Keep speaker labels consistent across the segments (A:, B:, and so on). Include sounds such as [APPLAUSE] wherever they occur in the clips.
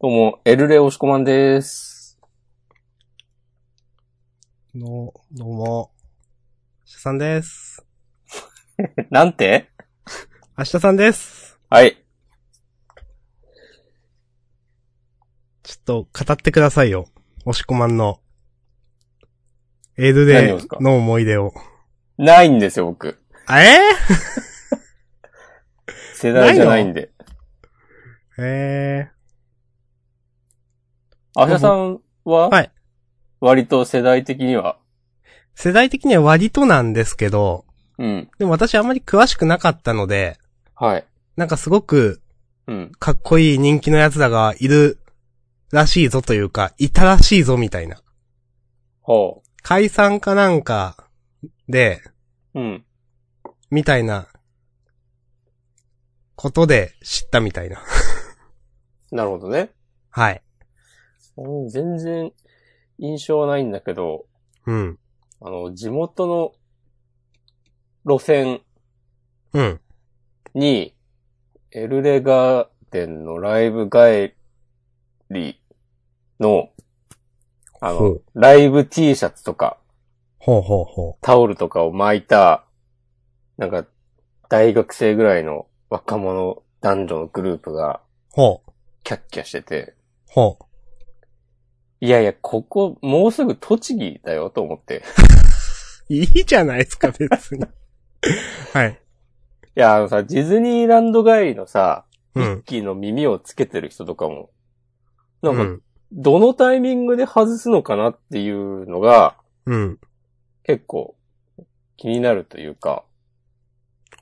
A: どうも、エルレオシコマンです。
B: の、どうも。明日さんです。
A: [LAUGHS] なんて
B: 明日さんです。
A: はい。
B: ちょっと語ってくださいよ。押し込まんの。エル
A: 何を
B: で
A: ですか
B: の思い出を。
A: ないんですよ、僕。
B: え
A: 世代じゃないんで。
B: ー、え
A: アシャさんは、
B: はい
A: 割と世代的には、
B: ー、世代的には割となんですけど、
A: うん。
B: でも私あんまり詳しくなかったので、
A: はい。
B: なんかすごく
A: うん。
B: かっこいい人気のやつらがいるらしいぞというか、いたらしいぞみたいな。
A: ほ
B: 解散かなんかで、
A: う。うん。
B: みたいな、ことで知ったみたいな。
A: なるほどね。
B: はい。
A: うん全然、印象はないんだけど、
B: うん。
A: あの、地元の路線
B: うん。
A: に、エルレガーデンのライブ帰りの、あ
B: ほ
A: の
B: う、
A: ライブ T シャツとか、
B: ほうほうほ
A: タオルとかを巻いた、なんか、大学生ぐらいの若者男女のグループが
B: う。ほう。
A: キャッキャしてて、
B: ほ
A: いやいや、ここ、もうすぐ栃木だよと思って。 [LAUGHS]
B: う。いいじゃない [LAUGHS] ですか、別に。はい。
A: いや、あのさ、ディズニーランド帰りのさ、
B: う
A: ミ
B: ん
A: ッ。キーの耳をつけてる人とかも、な
B: うん
A: か、
B: ん。
A: どのタイミングで外すのかなっていうのが、
B: うん。
A: 結構気になるというか、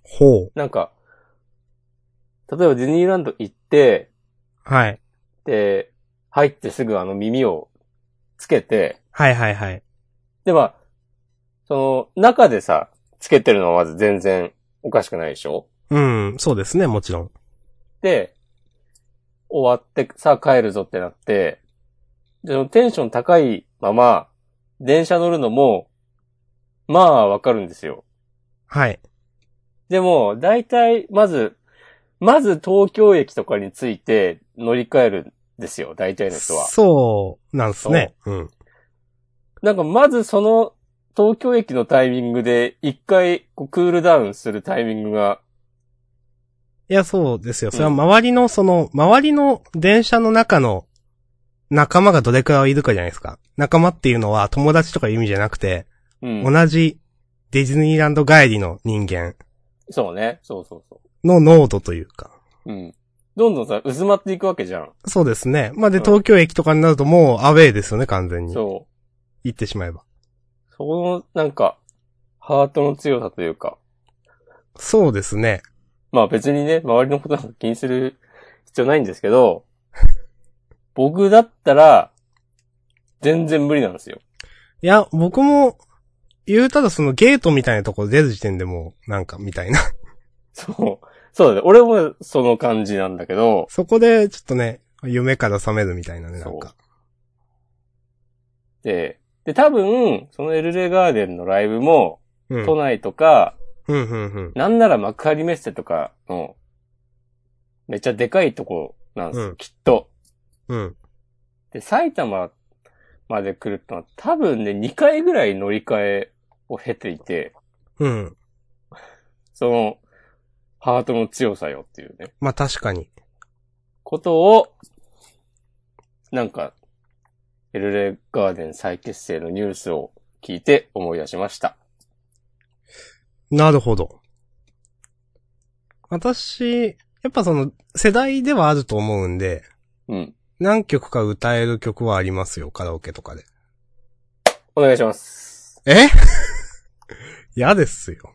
B: ほう。
A: なんか、例えばディズニーランド行って、
B: はい。
A: で、入ってすぐあの耳をつけて、
B: はいはいはい。
A: で、まあ、その、中でさ、つけてるのはまず全然おかしくないでしょ
B: うん。そうですね、もちろん。
A: で、終わって、さあ帰るぞってなって、で、そのテンション高いまま、電車乗るのも、まあわかるんですよ。
B: はい。
A: でも、大体、まず、まず東京駅とかについて乗り換えるんですよ、大体の人は。
B: そう、なんすね。うん。
A: なんかまずその東京駅のタイミングで一回こうクールダウンするタイミングが、
B: いや、そうですよ。それは
A: うん
B: 周りの、その、周りの電車の中の仲間がどれくらいいるかじゃないですか。仲間っていうのは友達とかいう意味じゃなくて、
A: うん。
B: 同じディズニーランド帰りの人間
A: そうね。そうそうそ
B: の濃度というか。
A: う。うん。どんどんさ、渦まっていくわけじゃん。
B: そうですね。まあ、で、
A: うん
B: 東京駅とかになるともうアウェイですよね、完全に。
A: そ
B: 行ってしまえば。
A: う。その、なんか、ハートの強さというか、
B: そうですね。
A: まあ別にね、周りのことなんか気にする必要ないんですけど、僕だったら、全然無理なんですよ。
B: いや、僕も、言うたらそのゲートみたいなとこ出る時点でもう、なんかみたいな。 [LAUGHS]
A: そう。そうだね。俺もその感じなんだけど、
B: そこで、ちょっとね、夢から覚めるみたいなね、なんか。
A: で、で、多分、そのエルレガーデンのライブも、
B: うん。う
A: 都
B: ん、
A: 内とか、
B: うん、うん。
A: なんなら幕張メッセとかの、めっちゃでかいとこなんですよ、
B: うん
A: きっと。
B: うん。
A: で、埼玉まで来るとは多分ね、2回ぐらい乗り換えを経ていて、
B: うん。
A: その、ハートの強さよっていうね、
B: まあ、確かに。
A: ことを、なんか、エルレガーデン再結成のニュースを聞いて思い出しました。
B: なるほど。私、やっぱその、世代ではあると思うんで、
A: うん。
B: 何曲か歌える曲はありますよ、カラオケとかで。
A: お願いします。
B: え [LAUGHS] 嫌ですよ。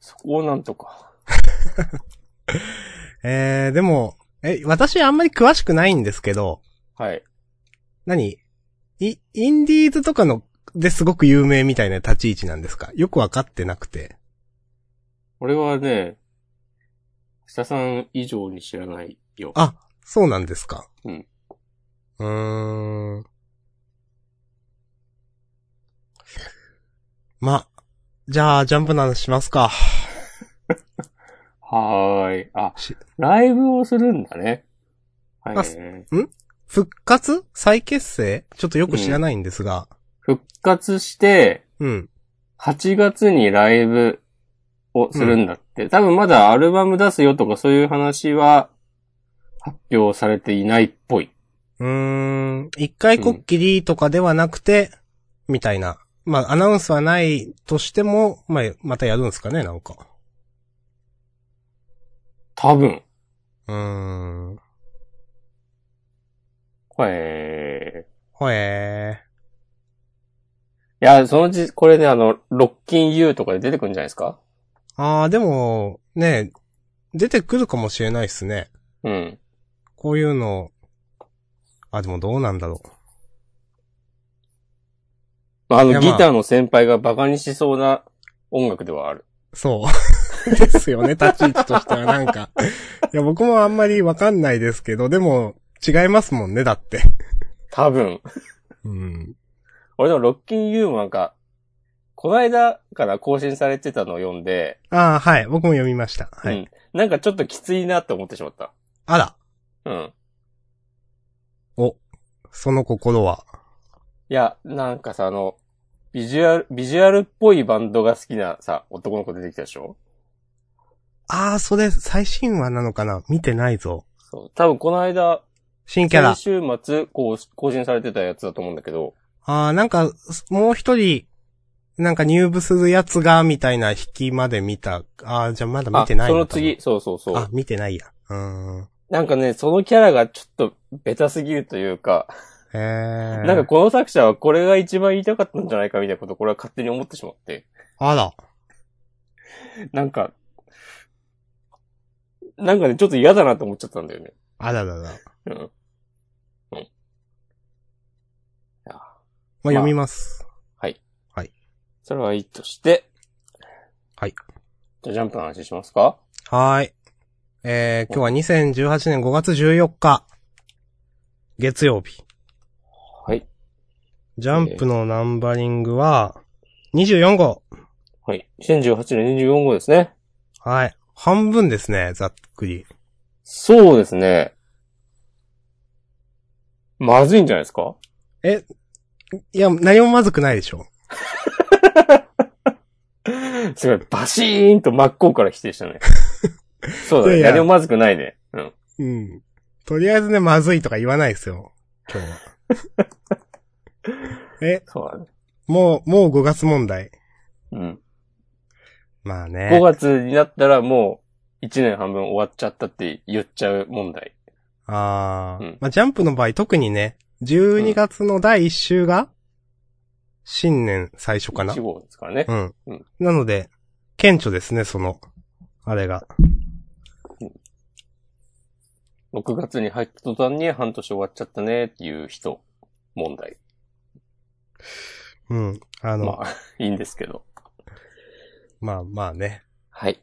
A: そこをなんとか。
B: えー、でも、え、私あんまり詳しくないんですけど、
A: はい。
B: 何イ、インディーズとかの、ですごく有名みたいな立ち位置なんですかよくわかってなくて。
A: 俺はね、下さん以上に知らないよ。
B: あ、そうなんですか
A: うん。
B: うーん。ま、じゃあ、ジャンプの話しますか。
A: はーい。あ
B: し、
A: ライブをするんだね。はい
B: あ。復活再結成ちょっとよく知らないんですが。
A: 復活して、
B: うん。
A: 8月にライブをするんだって。多分まだアルバム出すよとかそういう話は発表されていないっぽい。
B: うーん。一回こっきりとかではなくて、みたいな。まあ、アナウンスはないとしても、まあ、またやるんですかね、なんか。
A: 多分。
B: うーん。
A: え
B: ほえ
A: ー、いや、そのうち、これね、あの、ロッキン U とかで出てくるんじゃないですか
B: ー。あー、でも、ね、出てくるかもしれないですね。
A: うん。
B: こういうの、あ、でもどうなんだろう。
A: まあ、あ
B: い
A: の、
B: や
A: ギ
B: まあ
A: ターの先輩がバカにしそうな音楽ではある。
B: そう。 [LAUGHS] ですよね、立ち位置としてはなんか。いや、僕もあんまりわかんないですけど、でも、違いますもんね、だって。
A: 多分。
B: うん。
A: 俺でもロッキン U もなんか、こないだから更新されてたのを読んで、
B: ああ、はい。僕も読みました。はい。
A: うん。なんかちょっときついなって思ってしまった。
B: あら、
A: うん。
B: その心は。
A: いや、なんかさ、あの、ビジュアル、ビジュアルっぽいバンドが好きなさ、男の子出てきたでしょ
B: ああ、それ、最新話なのかな見てないぞ。
A: そう。多分この間、
B: 新キャラ
A: 先。週末、こう、更新されてたやつだと思うんだけど、
B: ああ、なんか、すもう一人、なんか入部するやつが、みたいな引きまで見た。ああ、じゃあまだ見てない
A: あその
B: かな
A: 次、。そうそうそ
B: あ
A: う、。
B: 見てないや。うーん。へ
A: なんかね、そのキャラがちょっと、ベタすぎるというか、
B: え。
A: なんかこの作者はこれが一番言いたかったんじゃないかみたいなこと、これは勝手に思ってしまって。
B: あら。
A: なんか、なんかね、ちょっと嫌だなと思っちゃったんだよね。
B: あららら。
A: うん。
B: まあ、読みます。
A: それはいいとして。
B: はい。
A: じゃあジャンプの話しますか
B: はーい。えー、今日は2018年5月14日。月曜日。
A: はい。
B: ジャンプのナンバリングは、24号。
A: はい。2018年24号ですね。
B: はい。半分ですね、ざっくり。
A: そうですね。まずいんじゃないですか
B: いや、何もまずくないでしょ。
A: すごい、バシーンと真っ向から否定
B: [LAUGHS]
A: したね。そうだね。
B: いやいや
A: 何もまずくないね。うん。
B: うん。とりあえずね、まずいとか言わないですよ。
A: [LAUGHS]
B: 今日は。え、
A: そうだね。
B: もう、もう5月問題。
A: うん。
B: まあ
A: 5
B: ね。
A: 月になったらもう1年半分終わっちゃったって言っちゃう問題。
B: あー
A: うん
B: まあ、ジャンプの場合特にね、12月の第1週が、新年最初かな
A: 1。号ですからね
B: う。ん
A: うん。
B: なので、顕著ですね、その、あれが。
A: 6月に入った途端に半年終わっちゃったねっていう人、問題。
B: うん。あの、
A: まあ、いいんですけど。
B: まあまあね。
A: はい。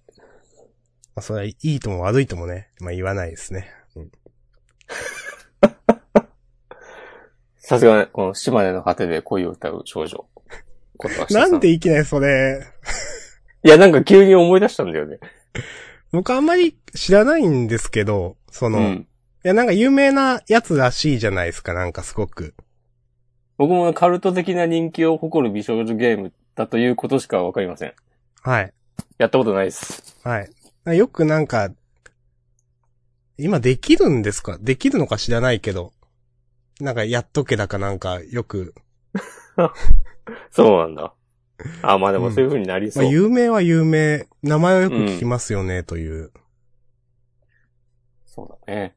B: まあ、それはいいとも悪いともね、まあ言わないですね。
A: さすがね、この島根の果てで恋を歌う少
B: [LAUGHS]
A: 女。小高下さ
B: なんでいきなりそれ、
A: いや、なんか急に思い出したんだよね。
B: 僕あんまり知らないんですけど、そうの、い。やなんか有名なやつらしいじゃないですか、なんかすごく。
A: 僕もカルト的な人気を誇る美少女ゲームだということしかわかりません。
B: はい。
A: やったことない
B: [LAUGHS]
A: です。
B: はい。よくなんか、今できるんですかできるのか知らないけど、なんかやっとけだかなんかよく、
A: そうなんだ。あ、まあでもそういう風になりそ
B: まあ
A: う。
B: 有名は有名、名前はよく聞きますよね、という。
A: そうだね。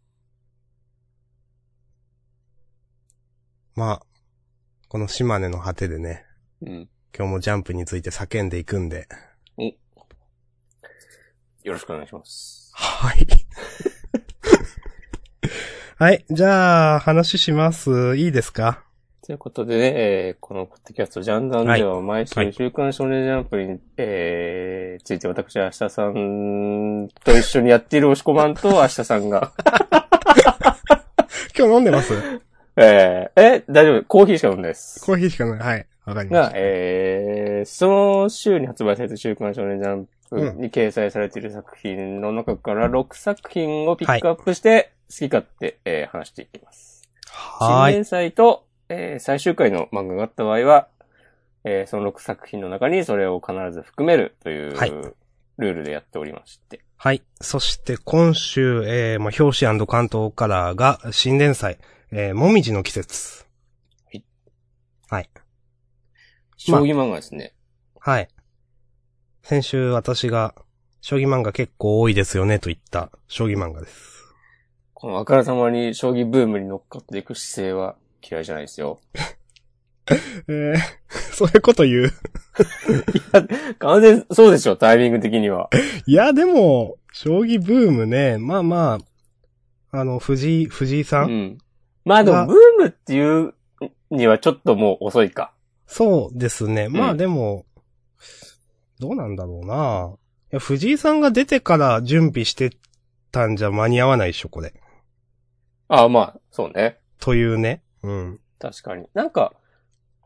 B: まあ、この島根の果てでね、
A: うん。
B: 今日もジャンプについて叫んでいくんで。
A: よろしくお願いします。
B: はい。 [LAUGHS] はい。じゃあ、話します。いいですか
A: ということでね、えーこのポッドキャストジャンダンでは毎
B: は
A: 週
B: い
A: 週刊少年ジャンプに、えーついて私、明日さんと一緒にやっている押し込まん
B: [LAUGHS]
A: と明日さんが、
B: 今日飲んでます
A: えーえ、大丈夫、コーヒーしか飲んでないです。
B: コーヒーしかない。はい。わかりま
A: が
B: し、
A: えー、その週に発売された週刊少年ジャンプに掲載されている作品の中から6作品をピックアップして、き勝手、えー話していきます。
B: は
A: 新
B: ーい。
A: 連載と、えー最終回の漫画があった場合は、えーその6作品の中にそれを必ず含めるという、
B: はい
A: ルールでやっておりまして。
B: はい。そして今週、えー、まあ、表紙関東カラーが新連載、えー、もみじの季節。
A: はい。
B: はい。ま
A: 将
B: あ
A: 棋漫画ですね。
B: はい。先週私が、将棋漫画結構多いですよねと言った将棋漫画です。
A: このあからさまに将棋ブームに乗っかっていく姿勢は嫌いじゃないですよ。
B: えー、 [LAUGHS] そういうこと言う。
A: 完全、そうでしょ、タイミング的には。
B: いや、でも、将棋ブームね、まあまあ、あの、藤井、藤井さ
A: う
B: ん、
A: ん。まあでも、
B: が
A: ブームっていうにはちょっともう遅いか。
B: そうですね。ま
A: う
B: あ
A: ん
B: でも、どうなんだろうな。いや、藤井さんが出てから準備してたんじゃ間に合わないでしょ、これ。
A: ああ、まあ、そうね。
B: というね。うん。
A: 確かに。なんか、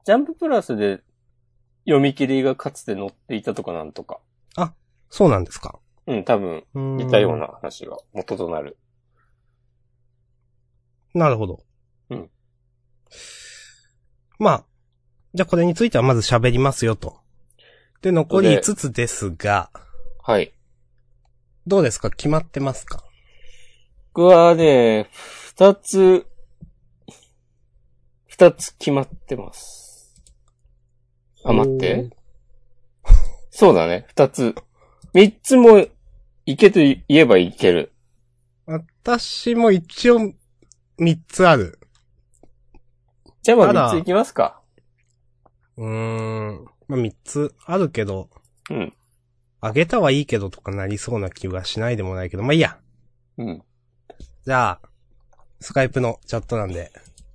A: ジャンププラスで読み切りがかつて載っていたとかなんとか。
B: そうなんですか。
A: うん、多分、
B: うん。
A: 似たような話が元となる。
B: なるほど。
A: うん。
B: まあ、じゃあこれについてはまず喋りますよと。で、残り
A: で
B: 5つですが、
A: はい。
B: どうですか決まってますか
A: 僕はね、二つ、二つ決まってます。あ、待って。。そうだね、二つ。三つも、いけと言えばいける。
B: 私も一応3つある。
A: じゃあまあ
B: ただ
A: 三ついきますか。
B: うーん。まあ3つあるけど、
A: うん。
B: あげたはいいけどとかなりそうな気がしないでもないけど、まあいいや。
A: うん。
B: じゃあ、スカイプのチャットなんで。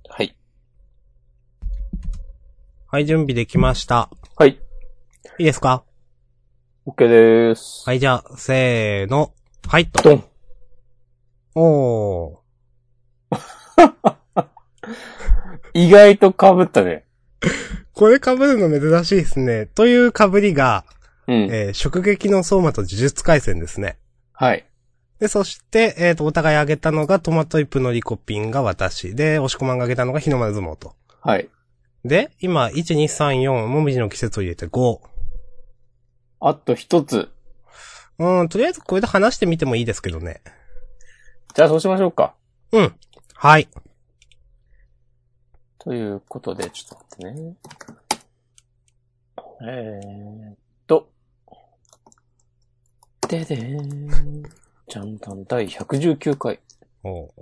A: はい。
B: はい、準備できました。
A: はい。
B: いいですか
A: OK でーす。
B: はい、じゃあ、せーの。はい、と。
A: ドン。
B: おー。
A: 意外と被ったね。
B: これ被るの珍しいですね。という被りが、
A: うん。
B: えー、直撃の相馬と呪術回戦ですね。
A: はい。
B: で、そして、えっ、と、お互い挙げたのがトマトイプのリコピンが私。で、押し込まんが挙げたのが日の丸相撲と。
A: はい。
B: で、今、1、2、3、4、もみじの季節を入れて5。
A: あと一つ。
B: うん、とりあえずこれで話してみてもいいですけどね。
A: じゃあそうしましょうか。
B: うん。はい。
A: ということで、ちょっと待ってね。えーっと。ででーん。じゃんたん第119回。
B: おう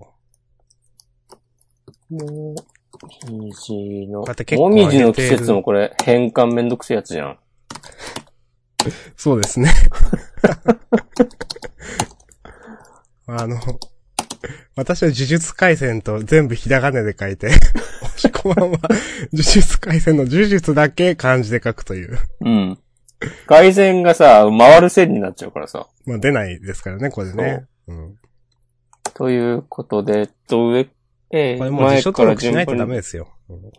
A: もみじの
B: こうやって、結構
A: もみじの季
B: 上げて
A: 節
B: る
A: もこれ変換めんどくせえやつじゃん。
B: そうですね。 [LAUGHS] あの、私は呪術回戦と全部ひらがなで書 [LAUGHS] いて、押し込まんは呪術回戦の呪術だけ漢字で書くという。
A: うん。外線がさ、回る線になっちゃうからさ。
B: まあ出ないですからね、これね。うん。
A: ということで、えっと、上、えー
B: これもう辞書登録しないとダメ
A: に
B: ですよ。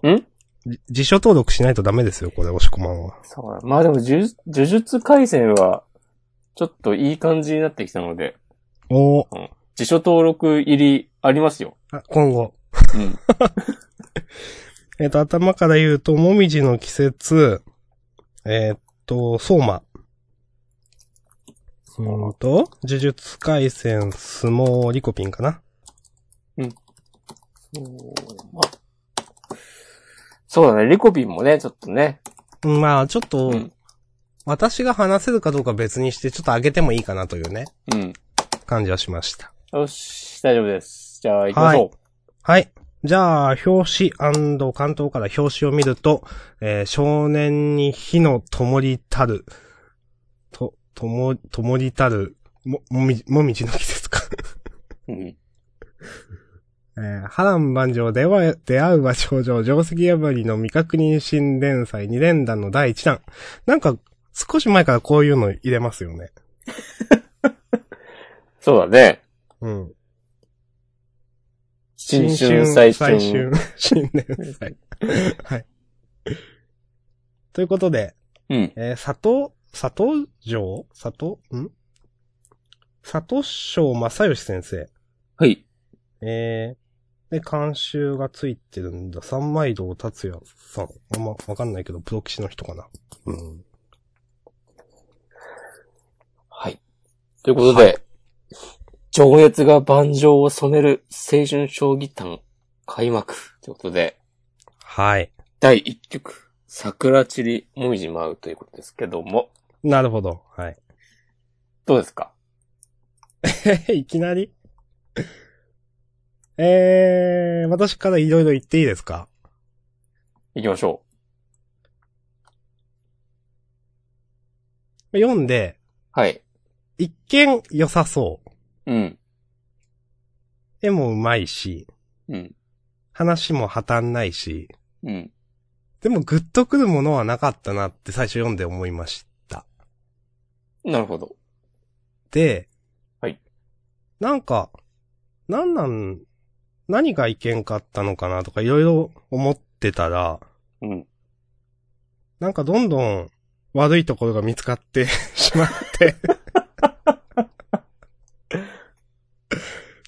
A: ん
B: じ辞書登録しないとダメですよ、これ、押し込まんは。
A: そうだまあでも、呪術呪術回戦は、ちょっといい感じになってきたので、
B: おー
A: 辞書登録入りありますよ。
B: あ、今後。
A: うん。
B: えっ、と、頭から言うと、もみじの季節、えっ、と、相馬。う
A: 馬
B: ーんと、呪術回戦、相撲、リコピンかな。
A: まあそうだね、リコピンもね、ちょっとね。
B: うんまあ、ちょっと、
A: うん
B: 私が話せるかどうか別にして、ちょっと上げてもいいかなというね、
A: うん。
B: 感じはしました。
A: よし、大丈夫です。じゃあ、行きましょう。
B: はい。じゃあ、表紙関東から表紙を見ると、えー少年に火の灯りたる、と、灯、灯りたる、も、もみじ、もみじの季節か。
A: うん。
B: えー波乱万丈では、出会うは少女、定石破りの未確認新連載二連弾の第一弾。なんか、少し前からこういうの入れますよね。
A: そうだね。
B: うん。
A: 新春最春。
B: 新年祭。 [LAUGHS] はい。ということで、
A: うん。
B: えー、佐藤、佐藤城佐藤、ん佐藤正正義先生。
A: はい。
B: えー、で、監修がついてるんだ。三枚堂達也さん。あんまわかんないけど、プロ棋士の人かな。うん。
A: はい。ということで、情熱が盤上を染める青春将棋誕開幕ということで、
B: はい。
A: 第1局、桜散りもみじ舞うということですけども、
B: なるほど。はい。
A: どうですか
B: え、いき [LAUGHS] なりえー、私からいろいろ言っていいですか
A: 行きましょ
B: 読んで、
A: う。はい。
B: 一見良さそう。
A: うん。
B: 絵もうまいし、
A: うん。
B: 話も破綻ないし、
A: うん。
B: でもグッとくるものはなかったなって最初読んで思いました。
A: なるほど。
B: で、
A: はい。
B: なんか、なんなん、何がいけんかったのかなとかいろいろ思ってたら、
A: うん。
B: なんかどんどん悪いところが見つかって [LAUGHS] し
A: [LAUGHS]
B: まって。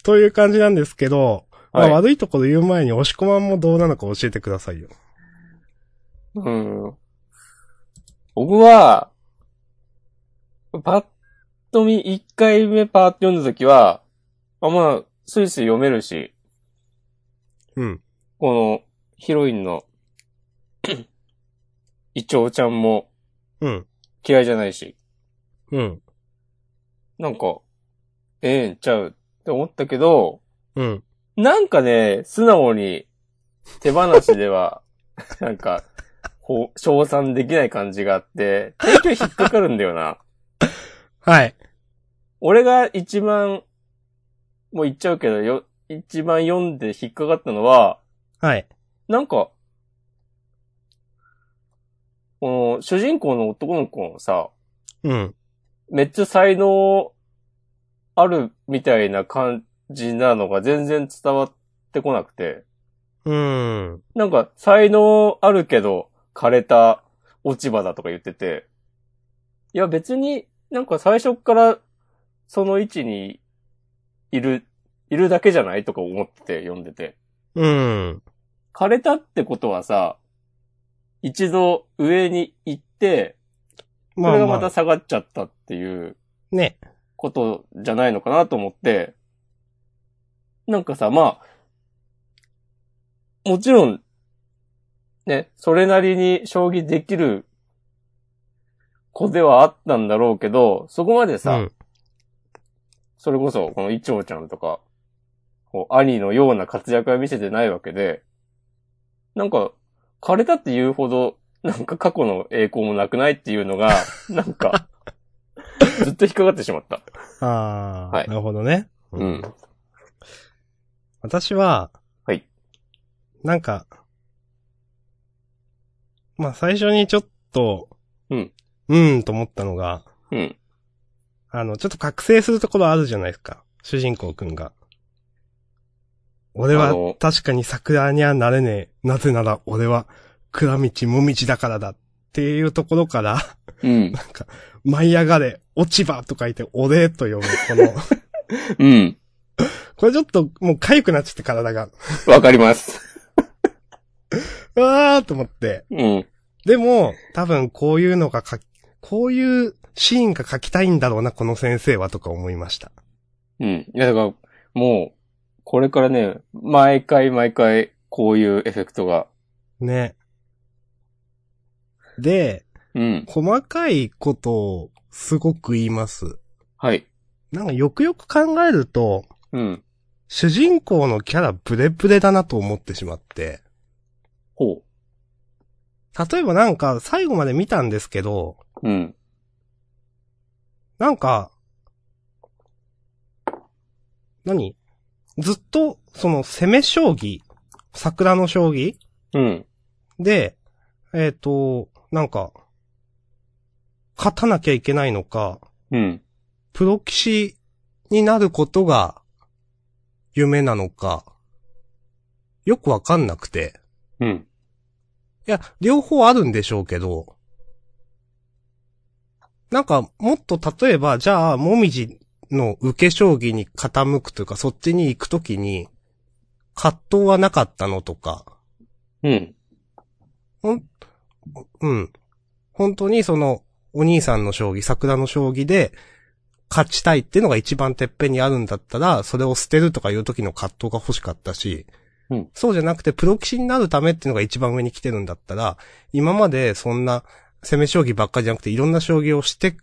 B: という感じなんですけど、
A: はい。
B: まあ悪いところ言う前に押し込まんもどうなのか教えてくださいよ。
A: うん。僕は、パッと見1回目パーって読んだときは、あ、まあ、スイスイ読めるし、
B: うん。
A: このヒロインの、 [CLEARS THROAT] イチョウちゃんも
B: うん。
A: 嫌いじゃないし、
B: うん。
A: なんか、ええんちゃうって思ったけど、
B: うん。
A: なんかね、素直に手放しでは、 [LAUGHS] なんか、こう、称賛できない感じがあって、結局引っかかるんだよな。
B: はい。
A: 俺が一番、もう言っちゃうけど、よ、一番読んで引っかかったのは、
B: はい。
A: なんか、この、主人公の男の子のさ、
B: うん。
A: めっちゃ才能あるみたいな感じなのが全然伝わってこなくて、
B: うん。
A: なんか、才能あるけど、枯れた落ち葉だとか言ってて、いや別になんか最初っからその位置にいる、いるだけじゃないとか思ってて読んでて。
B: うん。
A: 枯れたってことはさ、一度上に行って、そ
B: ま
A: れ
B: あ
A: がま
B: ま
A: た
B: あ、
A: 下がっちゃったっていう
B: ね。
A: ことじゃないのかなと思って、なんかさ、まあ、もちろん、ね、それなりに将棋できる子ではあったんだろうけど、そこまで
B: う
A: さ、
B: ん。
A: それこそ、このイチョウちゃんとか、こう兄のような活躍は見せてないわけで、なんか、枯れたって言うほど、なんか過去の栄光もなくないっていうのが、なんか、ずっと引っかかってしまった。
B: ああ、
A: はい
B: なるほどね。
A: うん。
B: 私は、
A: はい。
B: なんか、まあ最初にちょっと、
A: うん。
B: うーんと思ったのが、
A: うん。
B: あの、ちょっと覚醒するところあるじゃないですか。主人公くんが。俺
A: あ
B: は
A: の
B: 確かに桜にはなれねえ。なぜなら俺は暗道もみちだからだ。っていうところから、 [LAUGHS]
A: うん。
B: なんか、舞い上がれ、落ち葉と書いて、おれと読む。この、 [LAUGHS]
A: うん。
B: これちょっともう痒くなっちゃって体が。
A: わかります。
B: うわーと思って。
A: うん。
B: でも、多分こういうのが書き、こういうシーンが書きたいんだろうな、この先生はとか思いました。
A: うん。いや、だから、もう、これからね、毎回毎回、こういうエフェクトが。
B: ね。で、
A: うん。
B: 細かいことをすごく言います。
A: はい。
B: なんかよくよく考えると、
A: うん。
B: 主人公のキャラブレブレだなと思ってしまって、
A: ほ
B: 例えばなんか最後まで見たんですけど、
A: う。うん。
B: なんか、何ずっと、その攻め将棋、桜の将棋
A: うん。
B: で、えっ、と、なんか、勝たなきゃいけないのか、
A: うん。
B: プロ棋士になることが夢なのか、よくわかんなくて。
A: うん。
B: いや、両方あるんでしょうけど、なんか、もっと例えば、じゃあ、もみじの受け将棋に傾くというか、そっちに行くときに、葛藤はなかったのとか、
A: うん。
B: うん。本当にその、お兄さんの将棋、桜の将棋で、勝ちたいっていうのが一番てっぺんにあるんだったら、それを捨てるとかいう時の葛藤が欲しかったし、
A: うん
B: そうじゃなくて、プロ棋士になるためっていうのが一番上に来てるんだったら、今までそんな攻め将棋ばっかりじゃなくて、いろんな将棋をして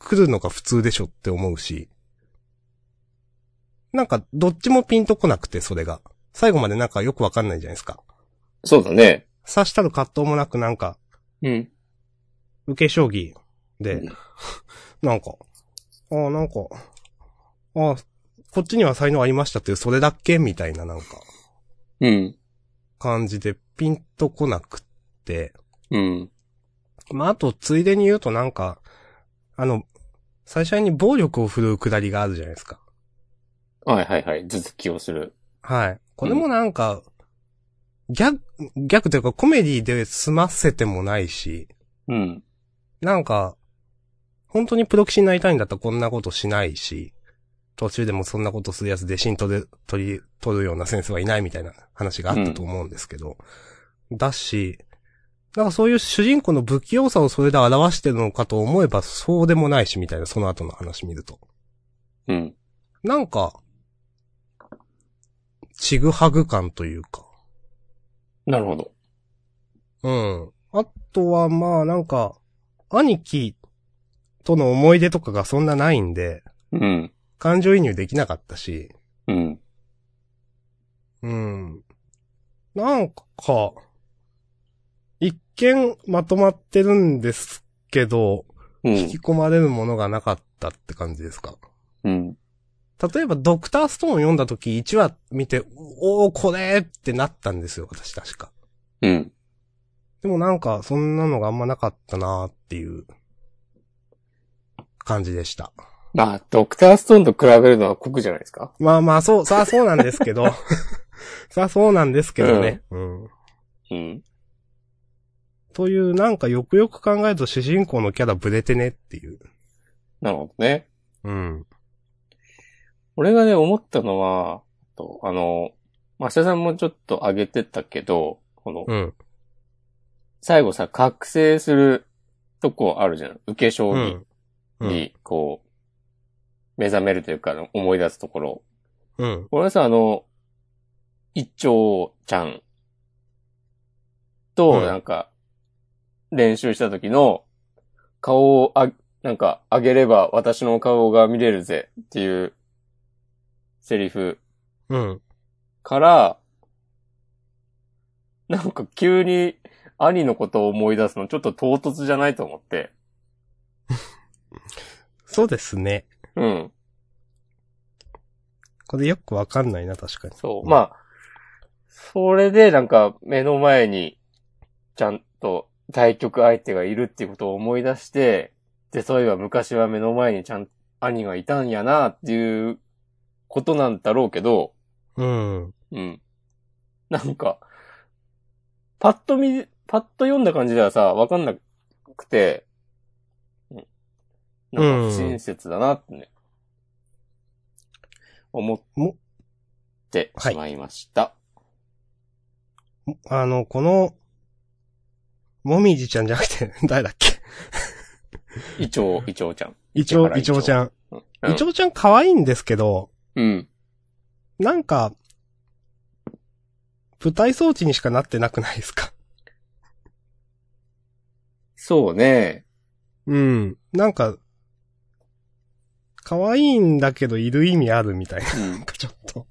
B: くるのが普通でしょって思うし、なんか、どっちもピンとこなくて、それが。最後までなんかよくわかんないじゃないですか。
A: そうだね。
B: 刺したる葛藤もなくなんか、
A: うん。
B: 受け将棋で
A: うん、
B: なんか、ああ、なんか、ああ、こっちには才能ありましたっていう、それだっけみたいななんか、
A: うん。
B: 感じでピンとこなくって。
A: うん。
B: まあ、あと、ついでに言うとなんか、あの、最初に暴力を振るうくだりがあるじゃないですか。
A: はいはいはい。続きをする。
B: はい。これもなんか、逆、逆というかコメディで済ませてもないし、
A: うん。
B: なんか、本当にプロ棋士になりたいんだったらこんなことしないし、途中でもそんなことするやつ弟子に取る、取り、取るような先生はいないみたいな話があったと思うんですけど、だし、なんかそういう主人公の不器用さをそれで表してるのかと思えばそうでもないしみたいな、その後の話見ると。
A: うん。
B: なんか、ちぐはぐ感というか。
A: なるほど。
B: うん。あとは、まあ、なんか、兄貴との思い出とかがそんなないんで、
A: うん。
B: 感情移入できなかったし、
A: うん。
B: うん。なんか、一見まとまってるんですけど、
A: う
B: 引き
A: ん。
B: 込まれるものがなかったって感じですか。
A: うん。
B: 例えば、ドクターストーンを読んだ時1話見て、おおこれってなったんですよ、私確か。
A: うん。
B: でもなんか、そんなのがあんまなかったなーっていう、感じでした。
A: まあ、ドクターストーンと比べるのは酷じゃないですか。
B: まあまあ、そう、さあそうなんですけど、さあそうなんですけどね。うん。
A: うん。
B: という、なんかよくよく考えると主人公のキャラブレてねっていう。
A: なるほどね。
B: うん。
A: 俺がね、思ったのは、あとあの、マシャさんもちょっと上げてたけど、この、
B: うん。
A: 最後さ、覚醒するとこあるじゃん。受け将
B: う
A: 棋
B: ん。うん。
A: に、こう、目覚めるというか、あの思い出すところ。
B: うん。
A: 俺はさ、あの、一丁ちゃんと、
B: うん
A: なんか、練習した時の、顔をあ、なんか、上げれば私の顔が見れるぜっていう、セリフ
B: うん。
A: から、なんか急に兄のことを思い出すのちょっと唐突じゃないと思って。
B: そうですね。
A: うん。
B: これよくわかんないな、確かに。
A: そう。
B: ん
A: まあ、それでなんか目の前に、ちゃんと対局相手がいるっていうことを思い出して、で、そういえば昔は目の前にちゃん、兄がいたんやなっていうことなんだろうけど、
B: うん。
A: うん。なんか、パッと見、パッと読んだ感じではさ、わかんなくて、うんなんか不親切だなってね、思って
B: はい
A: しまいました。
B: あの、この、もみじちゃんじゃなくて、 [LAUGHS] 誰だっけ
A: イチョウ、イチョウちゃん。
B: イチョウ、イチョウちゃん。
A: うん
B: イチョウちゃん可愛いんですけど、
A: うん。
B: なんか、舞台装置にしかなってなくないですか
A: そうね。
B: うん。なんか、可愛いんだけどいる意味あるみたいな。なんかちょっと。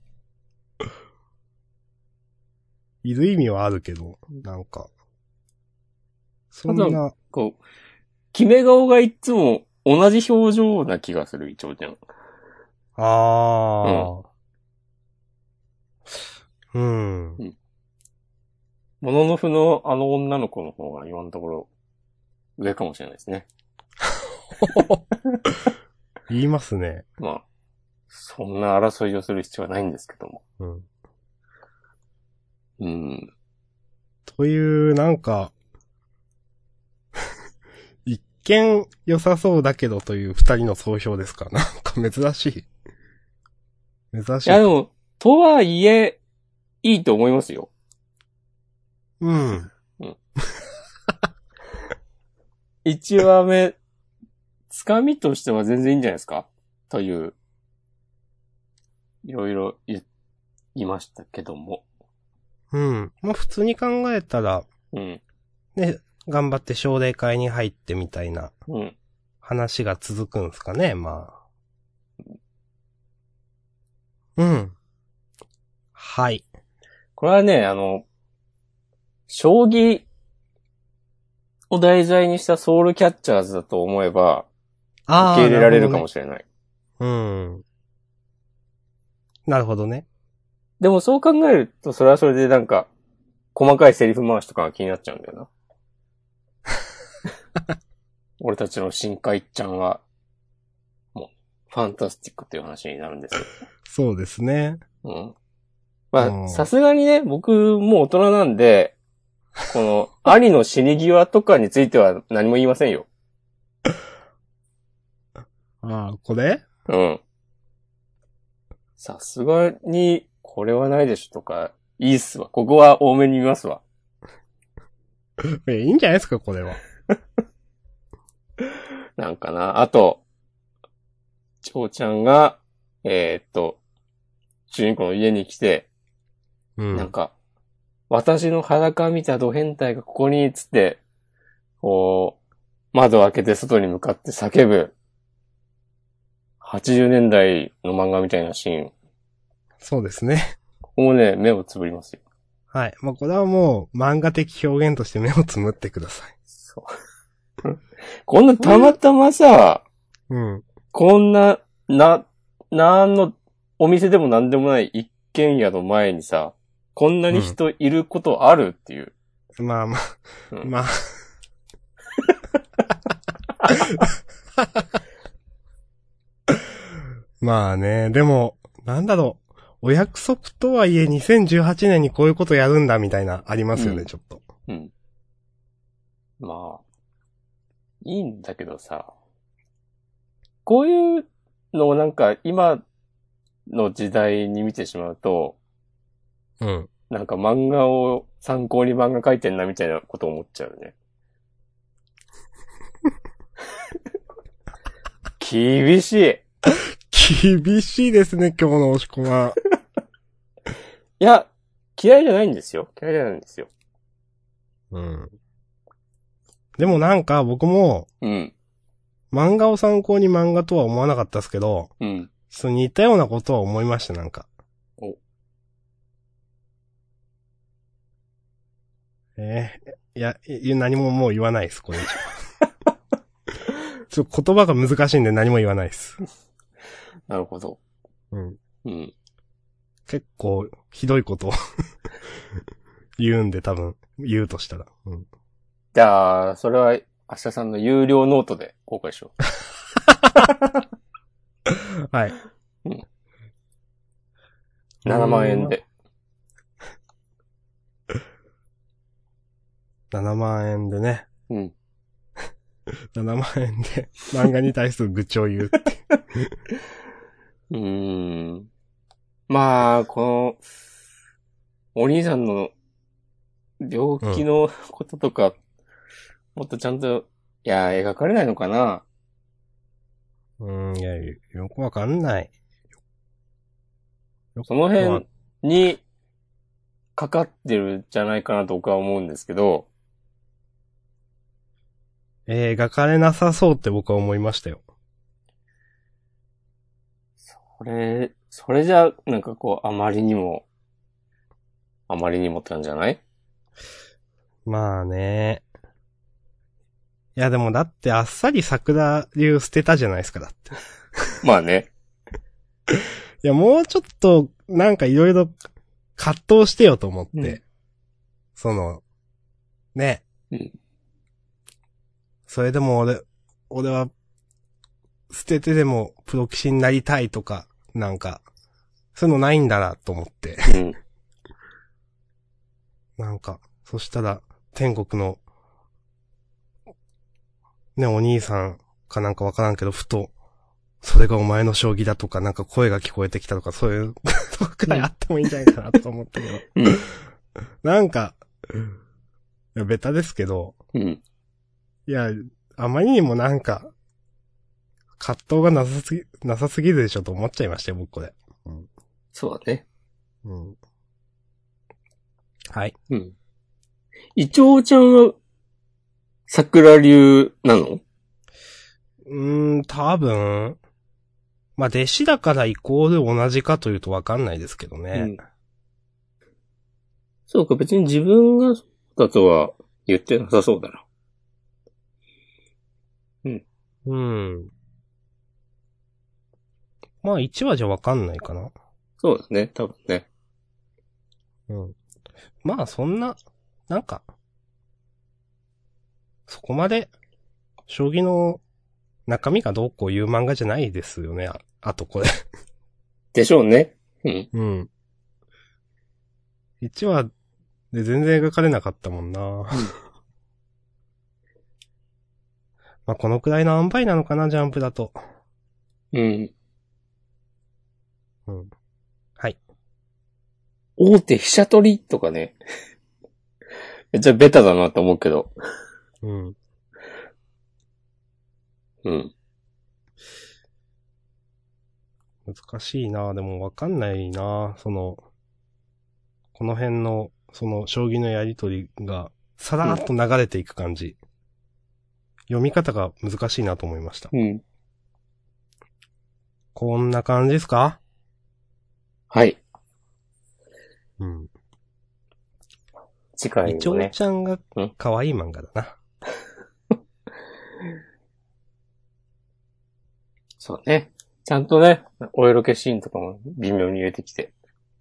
B: いる意味はあるけど、なんか。そん
A: あ
B: な、
A: こう、決め顔がいつも同じ表情な気がする、イチョウちゃん。
B: ああ。うん。
A: もののふのあの女の子の方が今のところ上かもしれないですね。
B: 言いますね。
A: まあ、そんな争いをする必要はないんですけども。
B: うん。
A: うん。
B: という、なんか、 [LAUGHS] 一見良さそうだけどという二人の総評ですか。なんか珍しい。珍し
A: い
B: い。
A: やでも、とはいえ、いいと思いますよ。
B: うん。
A: 1話目、つかみとしては全然いいんじゃないですかという、いろいろ言いましたけども。
B: うん。まあ普通に考えたら、
A: うん。
B: ね、頑張って奨励会に入ってみたいな
A: うん。
B: 話が続くんすかね、まあ。うん。はい。
A: これはね、あの、将棋を題材にしたソウルキャッチャーズだと思えば、
B: あ
A: 受
B: あ。
A: け入れられるかも
B: し
A: しれない。
B: れない。うん。なるほどね。
A: でもそう考えると、それはそれでなんか、細かいセリフ回しとかが気になっちゃうんだよな。
B: [LAUGHS]
A: 俺たちの深海ちゃんは、もう、ファンタスティックっていう話になるんですよ。
B: そうですね。
A: うん。ま
B: う
A: あ、
B: ん
A: さすがにね、僕もう大人なんで、この、兄の死に際とかについては何も言いませんよ。
B: ああ、これ
A: うん。さすがに、これはないでしょとか、いいっすわ。ここは多めに見ますわ。
B: え、いいんじゃないですか、これは。
A: なんかな。あと、ちょうちゃんが、えーっと、主人公の家に来て、
B: う
A: なん
B: ん。
A: か、私の裸見たド変態がここに、つって、こう、窓を開けて外に向かって叫ぶ、80年代の漫画みたいなシーン。
B: そうですね。
A: ここもね、目をつぶりますよ。
B: はい。まあ、これはもう漫画的表現として目をつむってください。
A: そう。 [LAUGHS] こんなたまたまさ、
B: うん。
A: こんな、な、なんの、お店でもなんでもない一軒家の前にさ、こんなに人いることあるっていう。
B: まあまあ、
A: うん
B: まあ。まあね、でも、なんだろう。お約束とはいえ2018年にこういうことやるんだみたいな、ありますよね、
A: うん
B: ちょっと。
A: うん。まあ、いいんだけどさ、こういうのをなんか今の時代に見てしまうと、
B: うん。
A: なんか漫画を参考に漫画描いてんなみたいなこと思っちゃうね。厳しい。
B: 厳しいですね、今日の押し込ま。
A: いや、嫌いじゃないんですよ。嫌いじゃないんですよ。
B: うん。でもなんか僕も、
A: うん。
B: 漫画を参考に漫画とは思わなかったですけど、
A: うん。
B: そう似たようなことは思いました、なんか。
A: お
B: えーいや、いい何ももう言わないです、これ以上 [LAUGHS] ちょっと言葉が難しいんで何も言わないです。
A: なるほど。
B: うん。
A: うん。
B: 結構、ひどいことを [LAUGHS] 言うんで、多分、言うとしたら。うん。
A: じゃあ、それは、明日さんの有料ノートで公開しよう。
B: はい。
A: うん7万円で。
B: 7万円でね。
A: うん。
B: [LAUGHS] 7万円で漫画に対する愚痴を言う。
A: うーん。まあ、この、お兄さんの病気のこととか、もっとちゃんと、いや、描かれないのかな
B: うん、いや、よよくわかんない。よ
A: その
B: まあ
A: 辺に、かかってるんじゃないかなと僕は思うんですけど、
B: えー、描かれなさそうって僕は思いましたよ。
A: これ、それじゃ、なんかこう、あまりにも、あまりにもって感じじゃない
B: まあね。いや、でもだってあっさり桜流捨てたじゃないですか、だって。
A: まあね。
B: いや、もうちょっと、なんかいろいろ葛藤してよと思って。
A: うん
B: その、ね。
A: うん
B: それでも俺、俺は、捨ててでもプロ棋士になりたいとか、なんか、そういうのないんだなと思って。
A: うん。
B: なんか、そしたら、天国の、ね、お兄さんかなんかわからんけど、ふと、それがお前の将棋だとか、なんか声が聞こえてきたとか、そういうとかくらいあってもいいんじゃないかなと思ったけど。
A: うん。
B: なんか、いや、ベタですけど、
A: うん。
B: いや、あまりにもなんか、葛藤がなさすぎ、なさすぎるでしょと思っちゃいましたよ、僕これ。
A: そうだね。
B: うん。はい。
A: うん。イチョウちゃんは、桜流なの
B: うーん、多分、まあ、弟子だからイコール同じかというとわかんないですけど
A: う
B: ね
A: ん。そうか、別に自分がだとは言ってなさそうだな。
B: うん。まあ、1話じゃわかんないかな。
A: そうだね、多分ね。
B: うん。まあ、そんな、なんか、そこまで、将棋の中身がどうこういう漫画じゃないですよね。ああとこれ。
A: でしょうね。うん。
B: うん。1話で全然描かれなかったもんな。 [LAUGHS] まあ、このくらいの塩梅なのかな、ジャンプだと。
A: うん。
B: うん。はい。
A: 大手飛車取りとかね。 [LAUGHS] めっちゃベタだなと思うけど。
B: うん。
A: うん。
B: 難しいなでもわかんないなその、この辺の、その、将棋のやりとりが、さらっと流れていく感じ。読み方が難しいなと思いました。
A: うん。
B: こんな感じですか
A: はい。
B: うん。
A: 次回
B: イチ
A: も
B: ョウ
A: ね。
B: ちゃんが
A: うん
B: 可愛い漫画だな。
A: そうね。ちゃんとね、お色気シーンとかも微妙に入れてきて。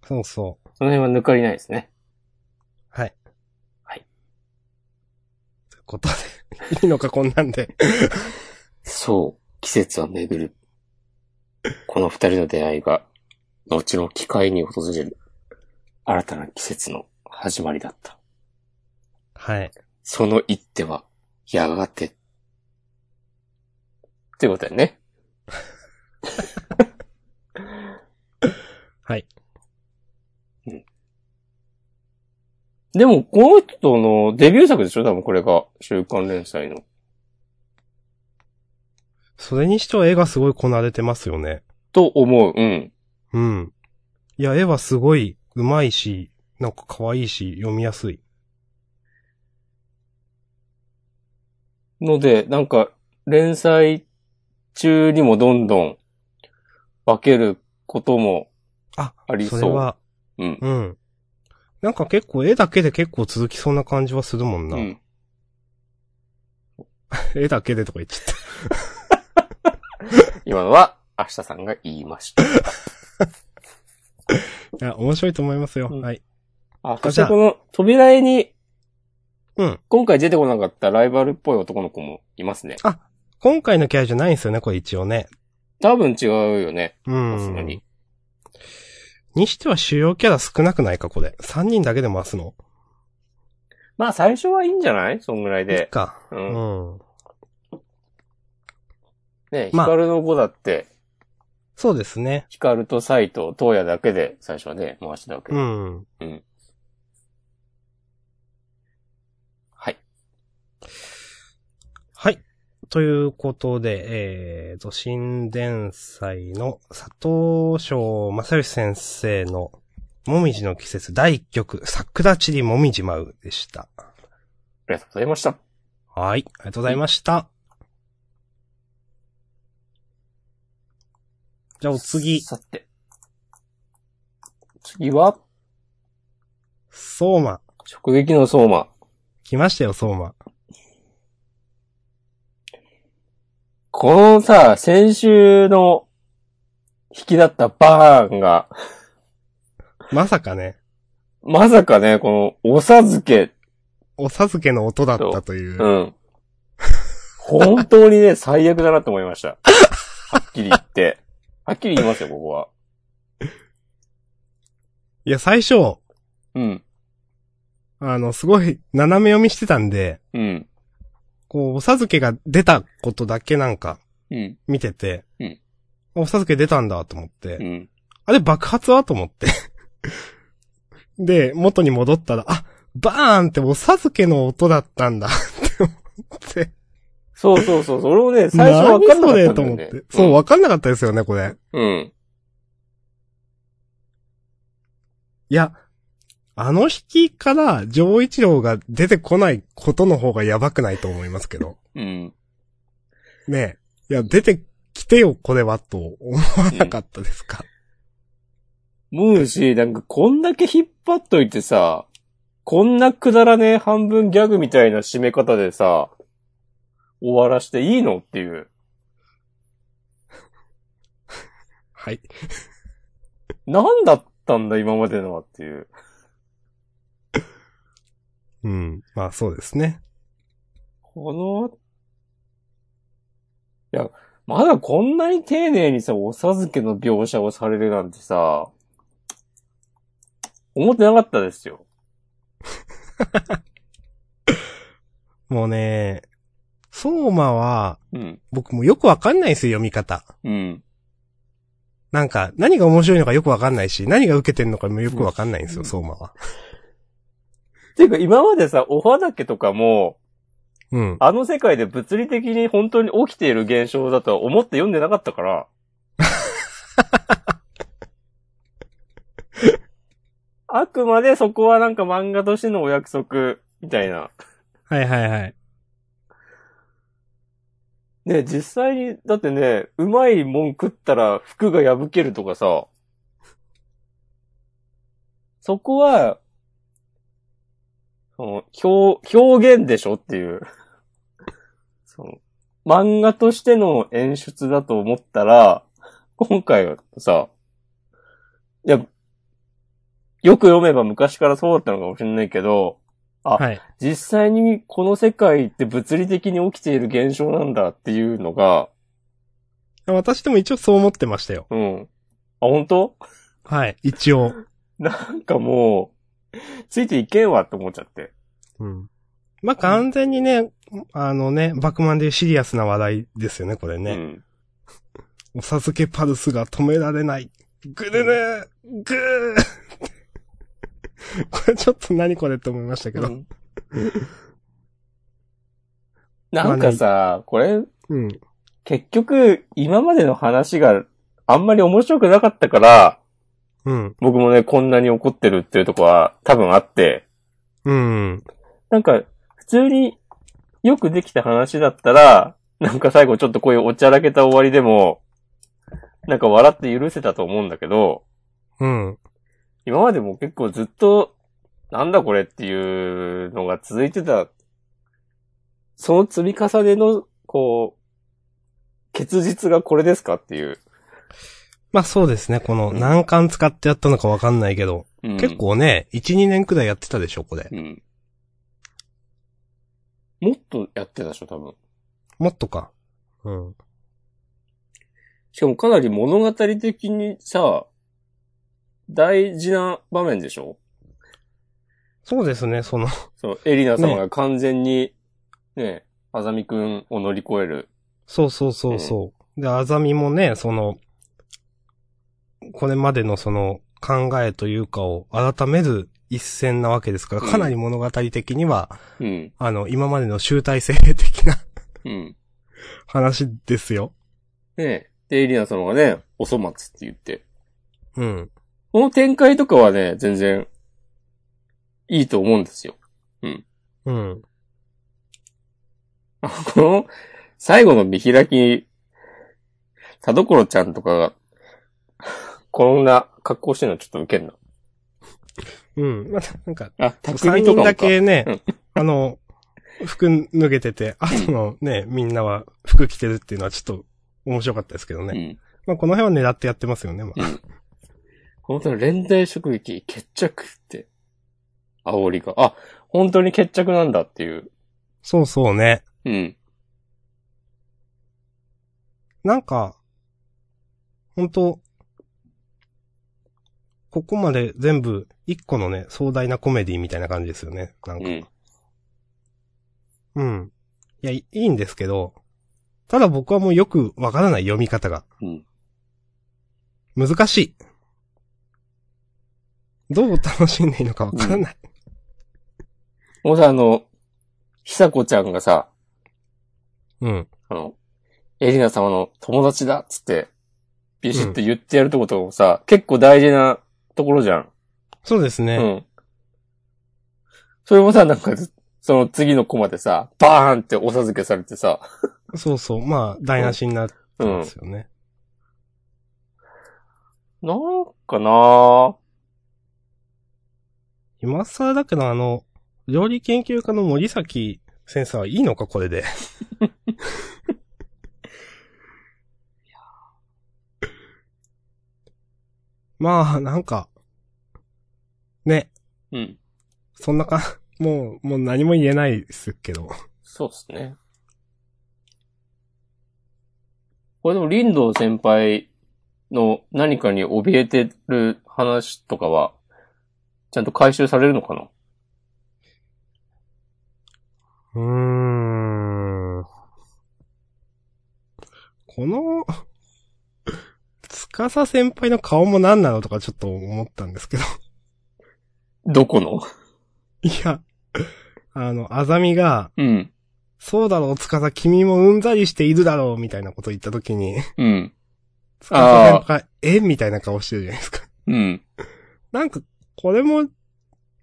B: そうそう。
A: その辺は抜かりないですね。
B: はい。
A: はい。
B: ということで、 [LAUGHS] いいのかこんなんで。
A: そう。季節は巡る。この二人の出会いが、後の機会に訪れる。新たな季節の始まりだった。
B: はい。
A: その一手は、やがて。ってことだよね。
B: はい。
A: でも、この人のデビュー作でしょ多分これが、週刊連載の。
B: それにしては絵がすごいこなれてますよね。
A: と思う。うん。
B: うん。いや、絵はすごい上手いし、なんか可愛いし、読みやすい。
A: ので、なんか、連載中にもどんどん分けることも
B: あ
A: ありそ。
B: そうれは、
A: うん。
B: うん。なんか結構絵だけで結構続きそうな感じはするもんな。
A: うん。
B: 絵だけでとか言っちゃった。
A: 今のは、明日さんが言いました。
B: [LAUGHS] いや、面白いと思いますよ。
A: うん
B: はい。
A: あ、
B: あ
A: そし
B: じ
A: て
B: ゃあ
A: この扉絵に、
B: うん。
A: 今回出てこなかったライバルっぽい男の子もいますね。
B: 今回のキャラじゃないんですよね、これ一応ね。
A: 多分違うよね。
B: う
A: さすが
B: ん
A: に。。
B: にしては主要キャラ少なくないか、これ。3人だけで回すの。
A: まあ最初はいいんじゃないそんぐらい
B: いい
A: で。
B: か。
A: う。
B: うんん。
A: ね、ヒ
B: まあ
A: カルの子だって、
B: そうですね。
A: ヒカルとサイとトウヤだけで最初はね、回してたわけ
B: う
A: で。
B: ん。
A: はい。
B: はい。ということで、えーと、新伝祭の佐藤翔正義先生の、もみじの季節第1曲、桜散りもみじ舞うでした。
A: ありがとうございました。
B: はい。ありがとうございました。じゃあお次、
A: さて。次は、
B: 相馬。
A: 直撃の相馬。
B: 来ましたよ、相馬。
A: このさ、先週の引きだったバーンが、
B: まさかね、
A: まさかね、この、おさづけ、
B: お授けの音だったという。
A: うん。本当にね、最悪だなと思いました。はっきり言って。はっきり言いますよ、ここは。
B: いや、最初、
A: うん。
B: あの、すごい、斜め読みしてたんで、
A: うん。
B: こう、お授けが出たことだけなんか、
A: うん。
B: 見てて、
A: うん
B: おさづけ出たんだと思って。
A: うん。
B: あれ爆発はと思って。 [LAUGHS] で、元に戻ったら、あ、バーンっておさづけの音だったんだって思って。
A: そうそうそう。それをね、最初分かんなかったんだよ
B: 何それ
A: ね
B: と思って。。そう、分かんなかったですよね、これ。
A: うん。うん。
B: いや、あの引きから、上一郎が出てこないことの方がやばくないと思いますけ
A: [LAUGHS]
B: ど。
A: うん。
B: ねえ。いや、出てきてよ、これは、と思わなかったですか。
A: 思うし、なんかこんだけ引っ張っといてさ、こんなくだらねえ半分ギャグみたいな締め方でさ、終わらしていいのっていう。
B: はい。
A: なんだったんだ今までのはっていう。
B: うん。まあ、そうですね。
A: この、いや、まだこんなに丁寧にさ、お授けの描写をされるなんてさ、思ってなかったですよ。
B: もうね、相馬は、
A: うん。
B: 僕もよくわかんないんですよ、読み方。
A: うん。
B: なんか、何が面白いのかよくわかんないし、何が受けてんのかもよくわかんないんです
A: う
B: よ、
A: ん
B: 相馬は。
A: ていうか今までさ、お畑とかも、
B: うん。
A: あの世界で物理的に本当に起きている現象だとは思って読んでなかった [LAUGHS] から。あくまでそこはなんか漫画としてのお約束みたいな。
B: はいはいはい。
A: ね、実際に、だってね、うまいもん食ったら服が破けるとかさ、そこは、その、表、表現でしょっていう。その、漫画としての演出だと思ったら、今回はさ、いや、よく読めば昔からそうだったのかもしれないけど、あ
B: はい。
A: 実際にこの世界って物理的に起きている現象なんだっていうのが、
B: 私でも一応そう思ってましたよ。
A: うん。あ、本当
B: はい。一応。
A: なんかもう、ついていけんわって思っちゃって。
B: うん。まあ、完全にね、あのね、バクマンでいうシリアスな話題ですよね、これ
A: う
B: ね。
A: ん。
B: お授けパルスが止められない。ぐるるぐー [LAUGHS] これちょっと何これって思いましたけ
A: う
B: ど。
A: ん [LAUGHS] なんかさ、これ、
B: うん。
A: 結局、今までの話があんまり面白くなかったから、
B: うん。
A: 僕もね、こんなに怒ってるっていうとこは多分あって、
B: うん。
A: なんか、普通によくできた話だったら、なんか最後ちょっとこういうおちゃらけた終わりでも、なんか笑って許せたと思うんだけど、
B: うん。
A: 今までも結構ずっと、なんだこれっていうのが続いてた、その積み重ねの、こう、結実がこれですかっていう。
B: まあそうですね、この
A: うん
B: 何巻使ってやったのかわかんないけど、
A: うん
B: 結構ね、1、2年くらいやってたでしょ、これ。
A: うん。もっとやってたでしょ、多分。
B: もっとか。うん。
A: しかもかなり物語的にさ、大事な場面でしょ
B: そうですね、その、 [LAUGHS]
A: そのエリナ様
B: ね
A: が完全に、ね、あざみくんを乗り越える。
B: そうそうそうそう。で、あざみもね、その、これまでのその考えというかを改める一戦なわけですから、
A: うん
B: かなり物語的には、
A: うん。
B: あの、今までの集大成的な [LAUGHS]
A: うん。
B: 話ですよ。
A: ねで、エリナ様がね、お粗末って言って。
B: うん。
A: この展開とかはね、全然、いいと思うんですよ。 [LAUGHS]
B: うん。
A: この、最後の見開き、田所ちゃんとかが、 [LAUGHS] こんな格好してるのちょっとウケんな。
B: うん。また、なんか、
A: あ、
B: 3
A: 匠とか
B: 人
A: もか
B: だけね
A: うん、
B: [LAUGHS] あの、服脱げてて、あとのね、みんなは服着てるっていうのはちょっと面白かったですけど
A: う
B: ね。
A: ん。
B: まあこの辺は狙ってやってますよね、まあ
A: うん。この人の連帯職撃、決着って、煽りが。あ、本当に決着なんだっていう。
B: そうそうね。
A: うん。
B: なんか、本当ここまで全部一個のね、壮大なコメディみたいな感じですよね。なん
A: うん。
B: か。うん。いや、いいいんですけど、ただ僕はもうよくわからない読み方が。
A: うん
B: 難しい。どう楽しんでいいのかわからない。
A: もうさ、あの、ひさこちゃんがさ、
B: うん。
A: あの、エリナ様の友達だっつって、ビシッと言ってやるとこともさ、結構大事なところじゃん。
B: そうです
A: う
B: ね。
A: ん。それもさ、なんか、その次のコマでさ、バーンってお授けされてさ、
B: そうそう。まあ、台無しになった
A: うんん
B: で。すよね。
A: なんかなぁ。
B: 今更だけど、あの、料理研究家の森崎先生はいいのか、これで。 [LAUGHS] まあ、なんか、ね、
A: うん。
B: そんなか、もう、もう何も言えないですけど。
A: そうですね。これでも、林道先輩の何かに怯えてる話とかは、ちゃんと回収されるのかな
B: うーん。この、つかさ先輩の顔も何なのとかちょっと思ったんですけど。
A: どこの
B: いや、あの、あざみが、
A: うん。
B: そうだろう、つかさ、君もうんざりしているだろう、みたいなこと言ったときに、
A: うん。
B: つかさ先輩、えみたいな顔してるじゃないですか。
A: うん。
B: なんか、これも、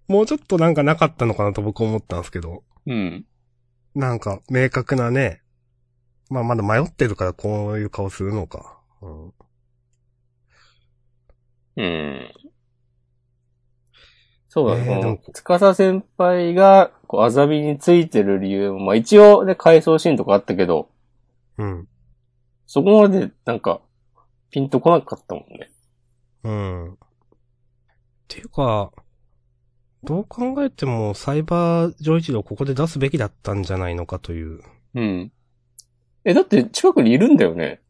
B: もうちょっとなんかなかったのかなと僕思ったんですけど、
A: うん。
B: なんか、明確なね、まあまだ迷ってるからこういう顔するのか。うん
A: うん。そうだね。
B: えー
A: こ
B: で
A: の
B: も、
A: つかさ先輩が、こう、あざみについてる理由も、まあ一応ね、回想シーンとかあったけど、
B: うん。
A: そこまで、なんか、ピンとこなかったもんね。
B: うん。っていうか、どう考えてもサイバー上一郎ここで出すべきだったんじゃないのかという。
A: うん。え、だって近くにいるんだよね。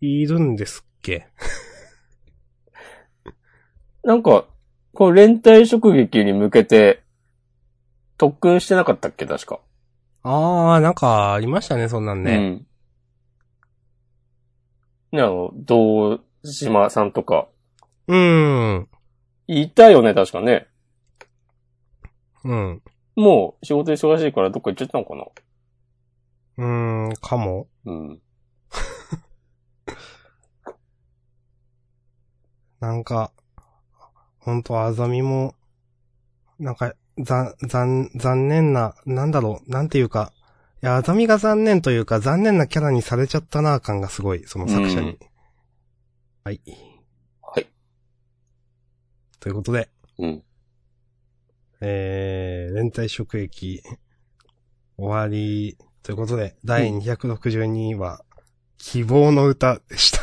B: いるんですっけ
A: なんか、この連帯職撃に向けて、特訓してなかったっけ確か。
B: あー、なんかありましたね、そんなんね。
A: うん。ね、あの、道島さんとか、
B: うん。
A: いたよね、確かね。
B: うん。
A: もう仕事忙しいからどっか行っちゃったのかな
B: うん、かも。
A: うん。
B: なんか、ほんと、あざみも、なんか、ざ、残、残念な、なんだろう、なんていうか、いや、あざみが残念というか、残念なキャラにされちゃったな、感がすごい、その作者に。
A: うん
B: はい。
A: はい。
B: ということで、
A: うん。
B: えー、連帯職役、終わり、ということで、第262話、希望の歌でした。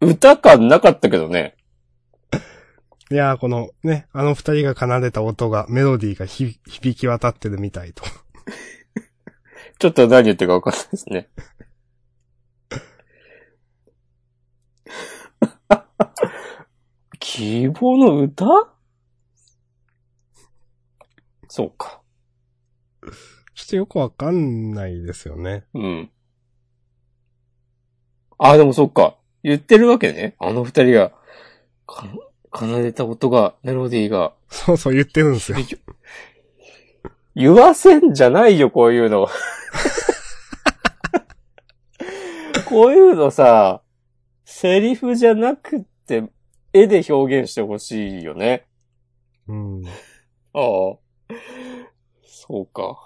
A: 歌感なかったけどね。
B: いやー、このね、あの二人が奏でた音が、メロディーがひ響き渡ってるみたいと。 [LAUGHS]
A: ちょっと何言ってるか分かんないですね。希望の歌そうか。
B: ちょっとよくわかんないですよね。 [LAUGHS]
A: うん。あ、でもそっか。言ってるわけね。あの二人が、か、奏でた音が、メロディーが。
B: そうそう言ってるんですよ。
A: 言わせんじゃないよ、こういう [LAUGHS] の。こういうのさ、セリフじゃなくって、絵で表現してほしいよね。
B: うん。
A: ああ。そうか。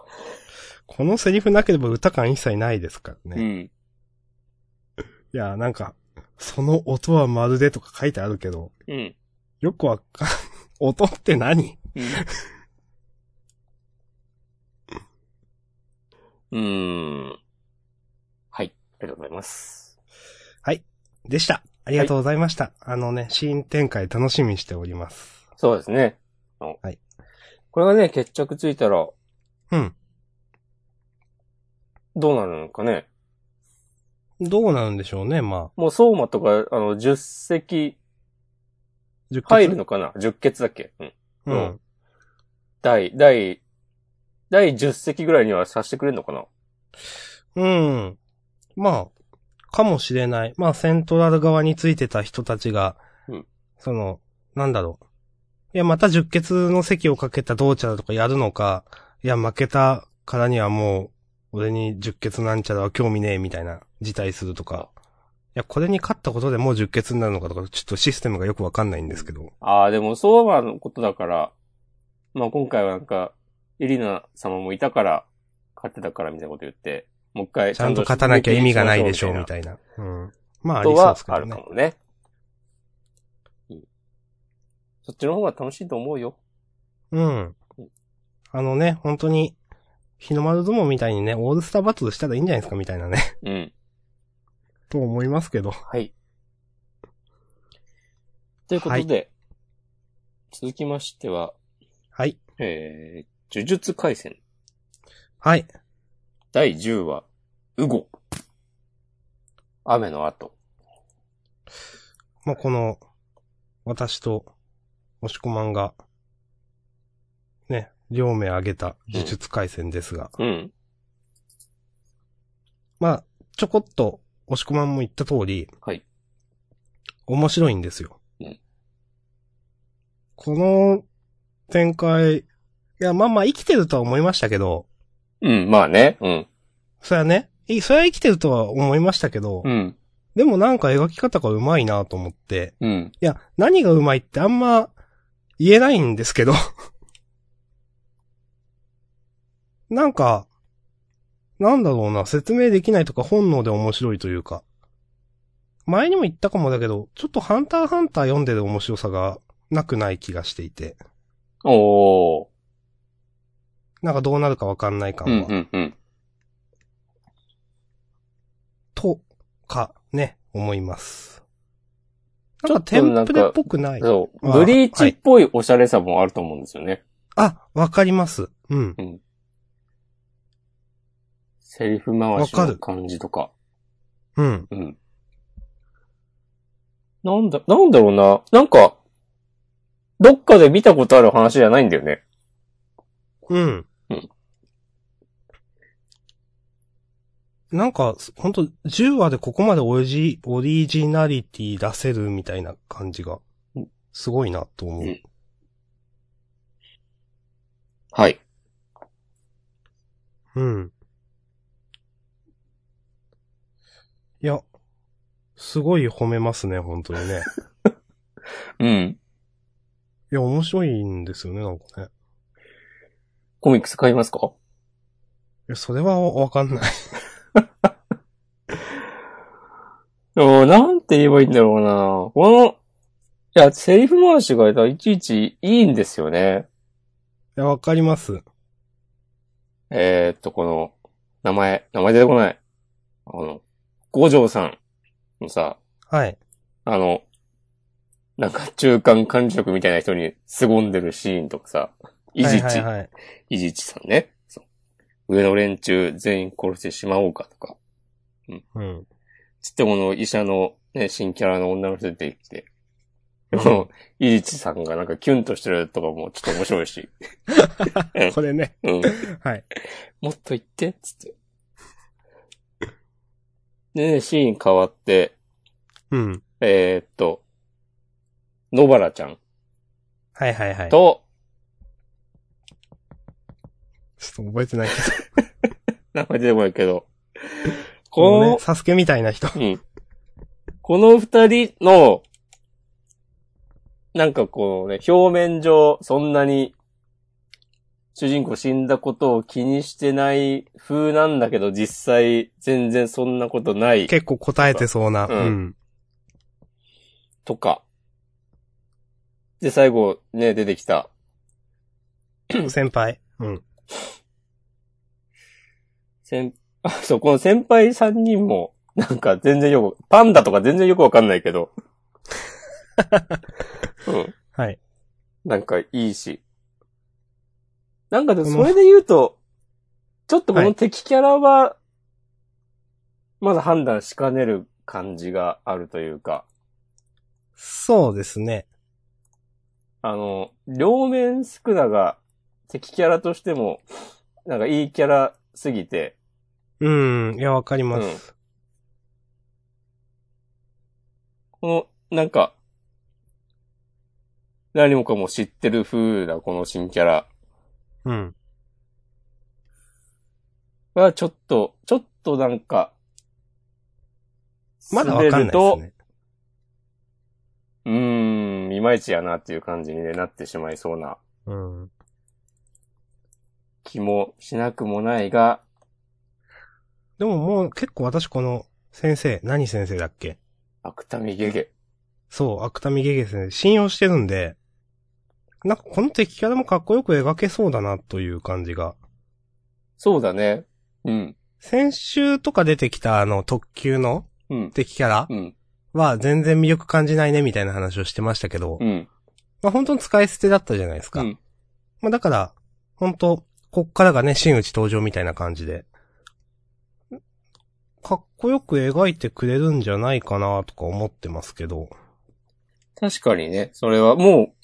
B: このセリフなければ歌感一切ないですから
A: う
B: ね。
A: ん。
B: いやー、なんか、その音はまるでとか書いてあるけど、
A: うん。
B: よくわかん、音って何
A: [LAUGHS] うん。うん。はい。ありがとうございます。
B: でした。ありがとうございました。あのね、シーン展開楽しみにしております。
A: そうですね。
B: はい。
A: これがね、決着ついたら、
B: うん。
A: どうなるのかね。
B: どうなるんでしょうね、ま
A: もう相馬とか、あの、10席
B: あ。10
A: 入るのかな ?10 決だっけうん。
B: うん。
A: 第、第、第10席ぐらいにはさせてくれんのかな
B: うん。まあ、かもしれない。まあ、セントラル側についてた人たちが、
A: うん
B: その、なんだろう。いや、また十血の席をかけたどうちゃらとかやるのか、いや、負けたからにはもう、俺に十血なんちゃらは興味ねえみたいな、辞退するとか。いや、これに勝ったことでもう十血になるのかとか、ちょっとシステムがよくわかんないんですけど。
A: ああ、でも、そうなのことだから、まあ今回はなんか、エリナ様もいたから、勝ってたからみたいなこと言って、もう一回
B: ちゃんと勝たなきゃ意味がないでしょう、み
A: い
B: たいな。うん。まあ、あ
A: なこと
B: りそうで
A: は
B: すけ
A: あ
B: ど
A: るか
B: ね。
A: もね。うんそっちの方が楽しいと思うよ。
B: うん。あのね、本当に、日の丸相撲みたいにね、オールスターバトルしたらいいんじゃないですか、みたいなね。 [LAUGHS]
A: うん。
B: と思いますけど。
A: はい。ということで、続きましては、
B: はい。
A: えー、呪術回戦
B: はい。
A: 第10話、ウゴ。雨の後。
B: まあ、この、私と、押し込まんが、ね、両名挙げた呪術回戦ですが、
A: うん。
B: まあ、ちょこっと、押し込まんも言った通り、
A: はい。
B: 面白いんですよ。
A: うん
B: この展開、いや、まあまあ生きてるとは思いましたけど、
A: うん、まあね。うん。
B: それはね、いそれは生きてるとは思いましたけど、
A: うん。
B: でもなんか描き方が上手いなと思って、
A: うん。
B: いや、何がうまいってあんま言えないんですけど。 [LAUGHS] なんか、なんだろうな、説明できないとか本能で面白いというか。前にも言ったかもだけど、ちょっとハンターハンター読んでる面白さがなくない気がしていて、
A: おー。
B: なんかどうなるかわかんない感
A: う
B: は。
A: ん、うん、うん。
B: とか、ね、思います。
A: ち
B: な
A: ょ
B: ん
A: っ
B: か
A: と
B: テンプレっぽくない。
A: そう。
B: あー
A: ブリーチっぽいおしゃれさもあると思うんですよね。
B: あ、わかります。うん。
A: セリフ回し
B: わか
A: の
B: る
A: 感じとか。
B: うん。
A: うん。なんだ、なんだろうな。なんか、どっかで見たことある話じゃないんだよね。
B: うん。
A: うん
B: なんか、ほんと、10話でここまでオリジ、オリジナリティ出せるみたいな感じが
A: うん、
B: すごいなと思う。
A: うんはい。
B: うん。いや、すごい褒めますね、本当にね。
A: うん。
B: いや、面白いんですよね、なんかね。
A: コミックス買いますか
B: いや、それはわかんない。
A: うんなんて言えばいいんだろうな。この、いや、セリフ回しがいちいちいいんですよね。
B: いや、わかります。
A: えー、っと、この、名前、名前出てこない。この、五条さんのさ、
B: はい。
A: あの、なんか中間管理職みたいな人に凄んでるシーンとかさ、いじち、
B: はいはいはい。
A: いじちさんね。そう上の連中全員殺してしまおうかとか。
B: うん。
A: つってこの医者の、ね、新キャラの女の人出てきて。
B: う
A: こ
B: ん
A: の、いじちさんがなんかキュンとしてるとかもちょっと面白いし。
B: これね。
A: うん。
B: はい。
A: もっと言って、つって。でね、シーン変わって、
B: うん。
A: えー、っと、野原ちゃん
B: はいはいはい。ちょっ
A: と、
B: と覚えてないけど。
A: 名前出てこないけど、
B: この
A: こ
B: ね、サスケみたいな人。
A: の、うん。この二人の、なんかこうね、表面上、そんなに、主人公死んだことを気にしてない風なんだけど、実際、全然そんなことない
B: 結構答えてそうな。
A: う
B: うんん。
A: とか。で、最後、ね、出てきた、
B: [CLEARS THROAT] 先輩。うん。
A: 先、 [LAUGHS] あ、そう、この先輩三人も、なんか全然よく、パンダとか全然よくわかんないけど。うん。
B: はい。
A: なんかいいし。なんかでもそれで言うと、ちょっとこ
B: は
A: の
B: い
A: 敵キャラは、まだ判断しかねる感じがあるというか、
B: そうですね。
A: あの、両面スクナが敵キャラとしても、なんかいいキャラすぎて、
B: うん。いや、わかります。
A: この、なんか、何もかも知ってる風な、この新キャラ
B: うん。
A: は、ちょっと、ちょっとなんか、
B: まだわかんないですね。
A: うーん、いまいちやなっていう感じにねなってしまいそうな
B: うん。
A: 気もしなくもないが、
B: でももう結構私この先生、何先生だっけ
A: 芥見ゲゲ。
B: そう、芥見ゲゲ先生、信用してるんで、なんかこの敵キャラもかっこよく描けそうだなという感じが。
A: そうだね。うん、
B: 先週とか出てきたあの特急の
A: うん、
B: 敵キャラ
A: うん、
B: は全然魅力感じないねみたいな話をしてましたけど、
A: うん、
B: まあ本当に使い捨てだったじゃないです
A: う
B: か。
A: ん。
B: まあだから、本当こっからがね、真打ち登場みたいな感じで、かっこよく描いてくれるんじゃないかなとか思ってますけど、
A: 確かにね、それはも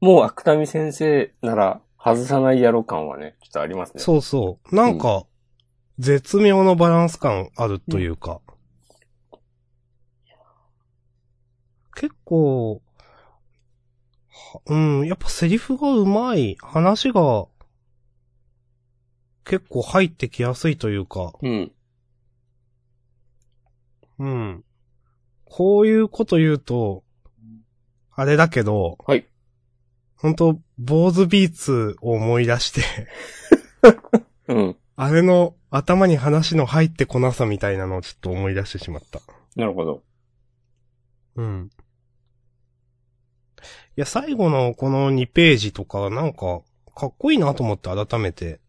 A: う、もう芥見先生なら外さないやろ感はね、ちょっとありますね。
B: そうそう。なんか、絶妙のバランス感あるというか。結構、はうん、やっぱセリフがうまい。話が、結構入ってきやすいというか、
A: うん、
B: うん。こういうこと言うと、あれだけど、
A: はい。
B: 本当坊主ビーツを思い出して、
A: うん。
B: あれの頭に話の入ってこなさみたいなのをちょっと思い出してしまった。
A: なるほど。
B: うん。いや、最後のこの2ページとか、なんか、かっこいいなと思って改めて。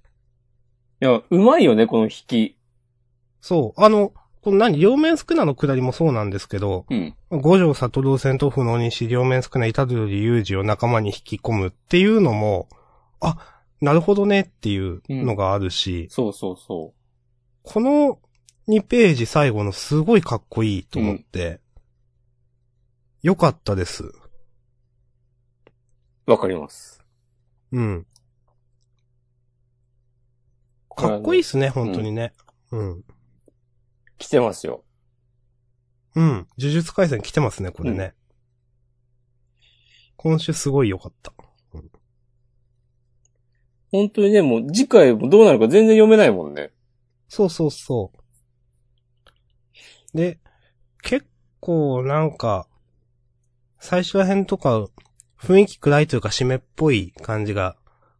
A: いや、うまいよね、この引き。
B: そう、あの、この何、両面宿儺の下りもそうなんですけど、
A: うん。
B: 五条悟戦闘不能にし、両面宿儺虎杖裕二を仲間に引き込むっていうのも、あ、なるほどねっていうのがあるし、
A: そうそうそ
B: この2ページ最後のすごいかっこいいと思って、よかったです。
A: う。わかります。
B: うん。
A: これは
B: か
A: ね
B: っこいいっすね、本当にね。うん。
A: 来てますよ。
B: うん。呪術回戦来てますね、これね。今週すごい良かった。
A: 本当にね、もう次回もどうなるか全然読めないもんね。
B: そうそうそう。で、結構なんか、最初ら辺とか、雰囲気暗いというか湿っぽい感じが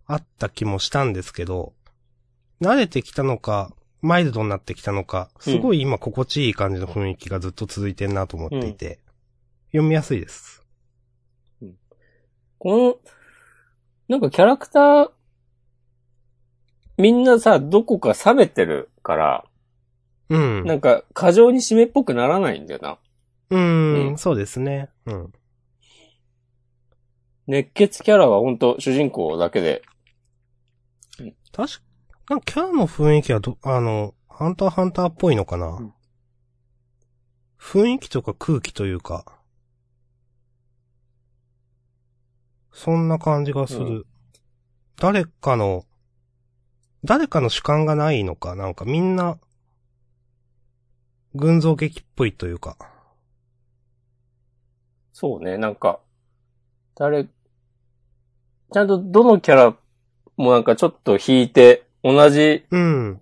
B: あった気もしたんですけど、慣れてきたのか、マイルドになってきたのか、すごい今心地いい感じの雰囲気がずっと続いてんなと思っていて、読みやすいです。
A: この、なんかキャラクター、みんなさ、どこか冷めてるから、
B: うん。
A: なんか過剰に締めっぽくならないんだよな。
B: うん、
A: うん
B: そうですね。うん。
A: 熱血キャラは本当主人公だけで。
B: 確か、なんかキャラの雰囲気はど、あの、ハンターハンターっぽいのかな、
A: うん
B: 雰囲気とか空気というか、そんな感じがする。
A: うん
B: 誰かの、誰かの主観がないのか、なんかみんな、群像劇っぽいというか。
A: そうね、なんか、誰、ちゃんとどのキャラもなんかちょっと引いて、同じ
B: うん。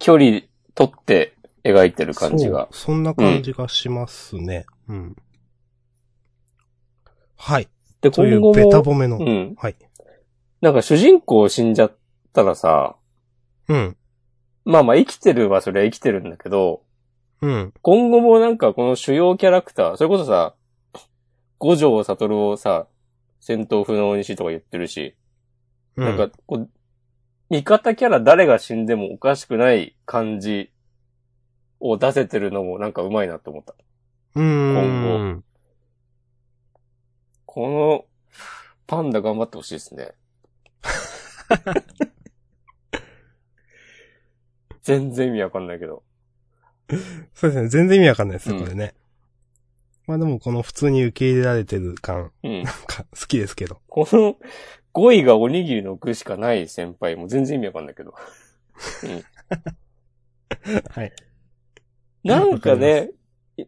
A: 距離取って描いてる感じが。
B: そう。そんな感じがしますね。うん。はい。
A: で、
B: とい
A: 今
B: う
A: 後
B: ベタ
A: も、
B: 褒めの。
A: うん。
B: はい。
A: なんか主人公死んじゃったらさ、
B: うん。
A: まあまあ生きてるはそれは生きてるんだけど、
B: うん。
A: 今後もなんかこの主要キャラクター、それこそさ、五条悟をさ、戦闘不能にしとか言ってるし、
B: う
A: なんかこう、味方キャラ誰が死んでもおかしくない感じを出せてるのもなんかうまいなと思った。
B: うー
A: 今
B: ん。
A: この、パンダ頑張ってほしいですね。全然意味わかんないけど。
B: そうですね。全然意味わかんないです
A: う
B: ね、
A: ん
B: これね。まあでもこの普通に受け入れられてる感、
A: うん。
B: なんか好きですけど。
A: この5位がおにぎりの具しかない先輩も全然意味わかんないけど。
B: はい。
A: なんかね、いい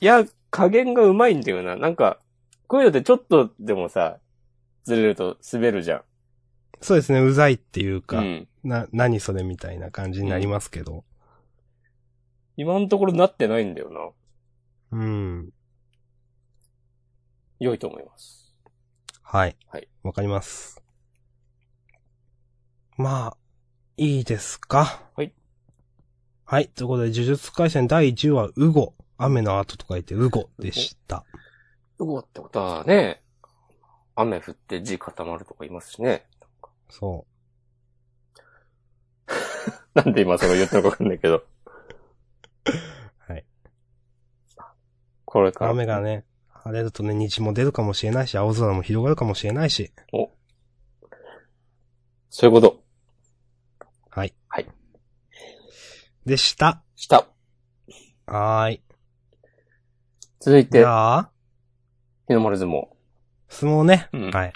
A: や、加減がうまいんだよな。なんか、こういうのってちょっとでもさ、ずれると滑るじゃん。
B: そうですね、うざいっていう
A: う
B: か、
A: ん。
B: な、何それみたいな感じになりますけど。
A: 今のところなってないんだよな。
B: うん。
A: 良いと思います。
B: はい。
A: はい。
B: わかります。まあ、いいですか。
A: はい。
B: はい。ということで、呪術回戦第10話、ウゴ。雨の後と書いて、ウゴでした。
A: うごってことはね、雨降って地固まるとか言いますしね。
B: そ
A: [LAUGHS] なんで今それ言ったのかわかんないけど。
B: はい。
A: これ
B: う。
A: から。
B: 雨がね、晴れるとね、虹も出るかもしれないし、青空も広がるかもしれないし。
A: そういうこと。
B: はい。
A: はい。
B: でした。
A: した。
B: はーい。
A: 続いて、
B: じ
A: 日
B: ゃあ、
A: の丸相撲。
B: 相撲ね。
A: うん
B: はい。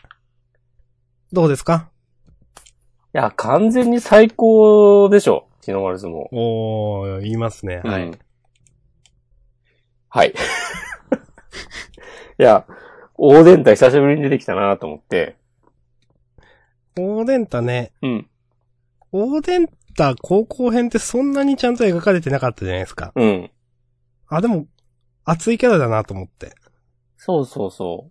B: どうですか
A: いや、完全に最高でしょ。日の丸相撲。
B: おー、言いますね。は
A: う
B: い
A: ん。
B: [LAUGHS]
A: はい。いや、大伝太久しぶりに出てきたなと思って。
B: オーデンタね、
A: うん。
B: オーデンタ高校編ってそんなにちゃんと描かれてなかったじゃないですか。
A: うん。
B: あ、でも、熱いキャラだなと思って。
A: そうそうそ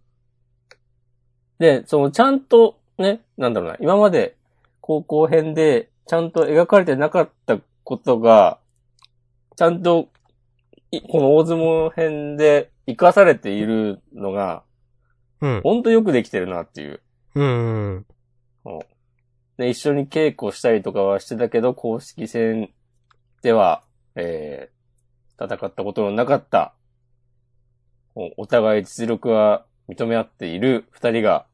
A: う。で、その、ちゃんと、ね、なんだろうな、今まで、高校編で、ちゃんと描かれてなかったことが、ちゃんと、いこの大相撲編で活かされているのが、
B: うん。
A: ほんとよくできてるなっていう。
B: うんうん。
A: ね、一緒に稽古したりとかはしてたけど、公式戦では、えー、戦ったことのなかった、おお互い実力は認め合っている二人が、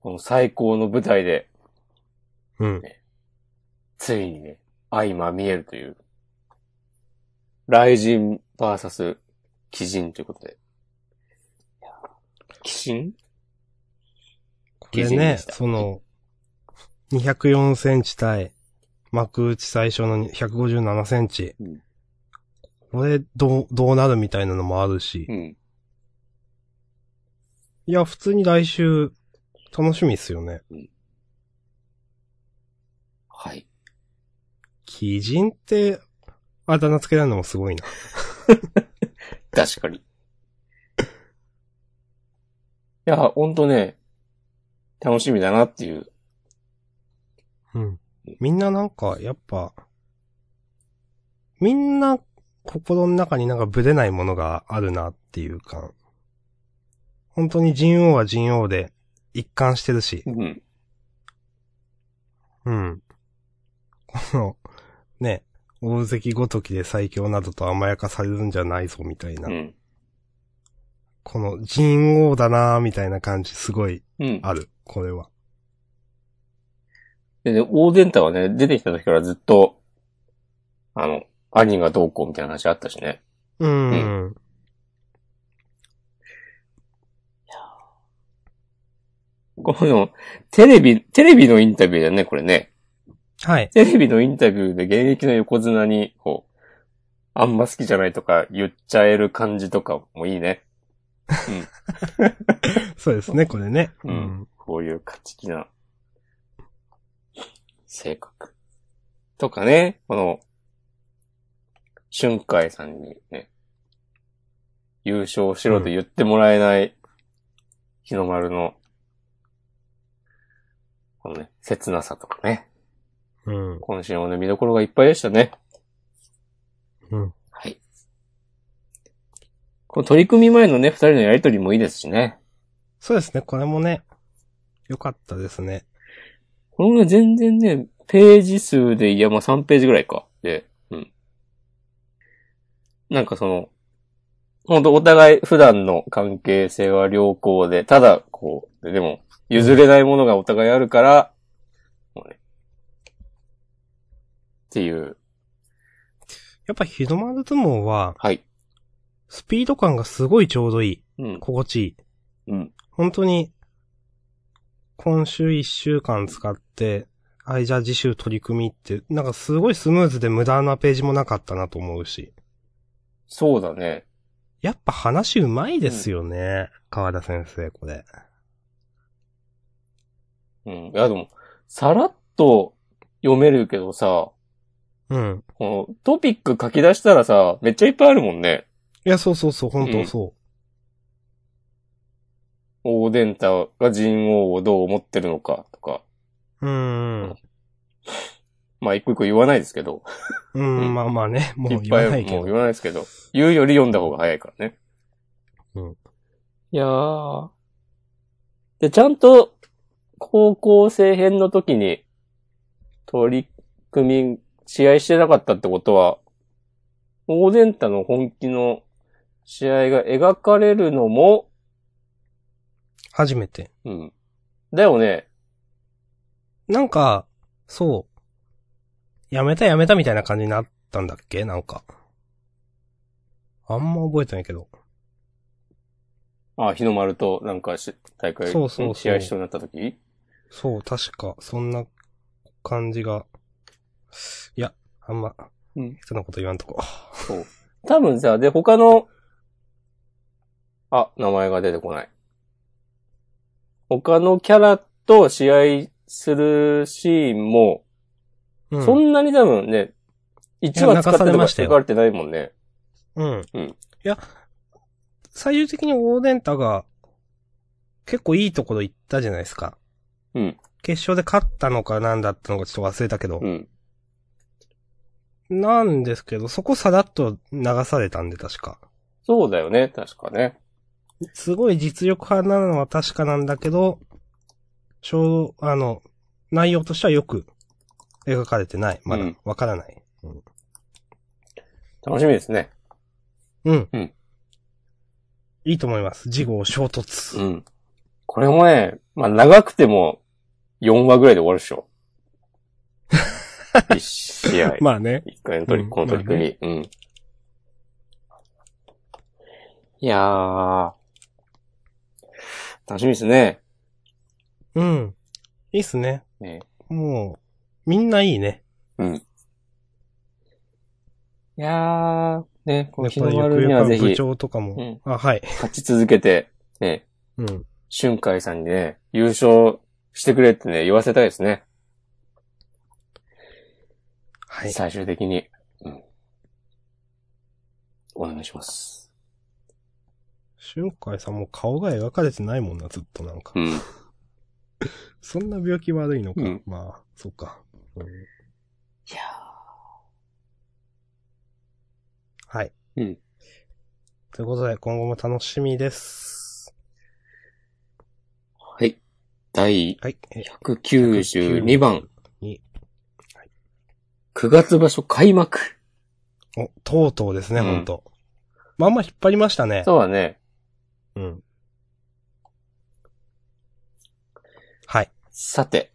A: この最高の舞台で、
B: うん。
A: ついにね、相ま見えるという、雷神バーサス鬼人ということで。鬼神
B: こ
A: 鬼
B: れ
A: 人で
B: ね
A: し、た
B: その、204センチ対、幕内最初の157センチ。
A: うん
B: これ、どう、どうなるみたいなのもあるし。
A: うん。
B: いや、普通に来週、楽しみっすよね。
A: はい。
B: 鬼人って、あだ名つけられるのもすごいな。
A: 確 [LAUGHS] かに。いや、ほんとね、楽しみだなっていう。
B: うん。みんななんか、やっぱ、みんな、心の中になんかブレないものがあるなっていう感。本当に人王は人王で、一貫してるし。
A: うん。
B: うん。この、ね、大関ごときで最強などと甘やかされるんじゃないぞみたいな。
A: うん。
B: この人王だなーみたいな感じすごい
A: うん。
B: ある。これは。
A: でね、大伝太はね、出てきた時からずっと、あの、兄がどうこうみたいな話あったしね。
B: うん。
A: この、テレビ、テレビのインタビューだね、これね。
B: はい。
A: テレビのインタビューで現役の横綱に、こう、あんま好きじゃないとか言っちゃえる感じとかもいいね。
B: そうですね、これね。
A: うんこういう勝ち気な性格。とかね、この、春海さんにね、優勝しろと言ってもらえない、日の丸の、このね、切なさとかね、
B: うん。うん。
A: 今週もね、見どころがいっぱいでしたね。
B: うん。
A: はい。この取り組み前のね、二人のやりとりもいいですしね。
B: そうですね、これもね、良かったですね。
A: このね、全然ね、ページ数で、いや、まあ、3ページぐらいか。で、うん。なんかその、ほんとお互い普段の関係性は良好で、ただ、こう、ででも、譲れないものがお互いあるから、もうね、っていう、
B: やっぱ日の丸相撲は、
A: はい。
B: スピード感がすごいちょうどいい。
A: うん。
B: 心地いい。
A: うん。
B: 本当に、今週一週間使って、はい、じゃあ次週取り組みって、なんかすごいスムーズで無駄なページもなかったなと思うし。
A: そうだね。
B: やっぱ話うまいですよね。川田先生、これ。
A: うん。いや、でも、さらっと読めるけどさ、
B: うん。
A: このトピック書き出したらさ、めっちゃいっぱいあるもんね。
B: いや、そうそうそう、本当そ
A: オーデンタが人王をどう思ってるのかとか。
B: う。うん。
A: まあ、一個一個言わないですけど。
B: うん、
A: うん
B: まあまあね、も
A: いうっ
B: 言わ
A: ぱ
B: ない
A: い
B: け
A: もう
B: ど。
A: 言わないですけど。言うより読んだ方が早いからね。
B: うん。
A: いやー。で、ちゃんと、高校生編の時に、取り組み、試合してなかったってことは、オーデンタの本気の試合が描かれるのも、
B: 初めて。
A: うん。だよね。
B: なんか、そう。やめたやめたみたいな感じになったんだっけなんか。あんま覚えてないけど。
A: あ、日の丸となんかし大会、
B: そうそうそうん
A: 試合しそうになった時
B: そう、確か、そんな感じが。いや、あんま、
A: うん
B: 人のこと言わんとこ。
A: そう。多分さ、で、他の、あ、名前が出てこない。他のキャラと試合するシーンも、
B: うん。
A: そんなに多分ね、1
B: い
A: 話使っ
B: や泣かさ
A: て
B: れ
A: とか
B: ましたよ
A: 書かれてないもんね。
B: うん。
A: うん
B: いや、最終的にオーデンタが、結構いいところ行ったじゃないですか。
A: うん。
B: 決勝で勝ったのかなんだったのかちょっと忘れたけど。
A: うん。
B: なんですけど、そこさらっと流されたんで確か。
A: そうだよね、確かね。
B: すごい実力派なのは確かなんだけど、しょう、あの、内容としてはよく描かれてない。まだ
A: うん、
B: わからない。
A: 楽しみですね。
B: うん。
A: うん
B: いいと思います。事後衝突。
A: うん。これもね、まあ長くても4話ぐらいで終わるでしょ。1試合。
B: まあね。
A: 一回の取り、
B: うん
A: この取り組み。うん。いやー。楽しみですね。
B: うん。いいっすね。
A: ね
B: もう、みんないいね。
A: うん。いやー、ね、この
B: で
A: 日
B: これ
A: の
B: ゆ
A: 丸
B: くゆ
A: に
B: く
A: は
B: は
A: ぜ
B: 部
A: ひ
B: 長とかも。
A: うん
B: あ、はい。
A: 勝ち続けて、ね、
B: うん。
A: 春海さんにね、優勝してくれってね、言わせたいですね。
B: はい。
A: 最終的に。うん。お願いします。
B: 俊海さんもう顔が描かれてないもんな、ずっとなんか。
A: うん。
B: そんな病気悪いのか。
A: うん
B: まあ、そうか。うん
A: いや
B: はい。
A: うん。
B: ということで、今後も楽しみです。
A: ーはい。第
B: はい。え
A: 192番、
B: に、
A: 9月場所開幕。
B: お、とうとうですね、
A: うん
B: ほんと。まあまあ引っ張りましたね。
A: そうだね。
B: うん。はい。
A: さて、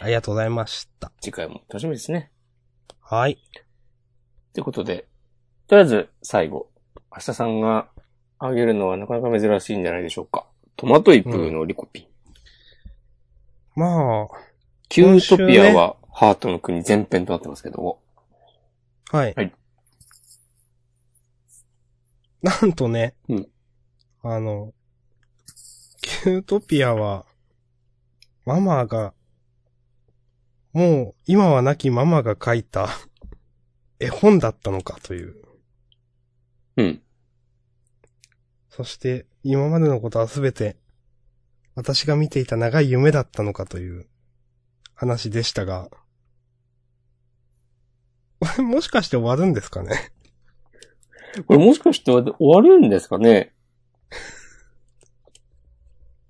B: ありがとうございました。
A: 次回も楽しみですね。
B: はい。
A: ということで、とりあえず最後、明日さんがあげるのはなかなか珍しいんじゃないでしょうか。トマトイプーのリコピン。
B: まあ、
A: キュートピ
B: 今週
A: ア
B: ね
A: はハートの国前編となってますけども。
B: はい。
A: はい
B: なんとね、
A: うん
B: あの、キュートピアは、ママが、もう今は亡きママが書いた絵本だったのかという。
A: うん。
B: そして今までのことはすべて私が見ていた長い夢だったのかという話でしたが、 [LAUGHS] これもしかして終わるんですかね
A: これもしかして終わるんですかね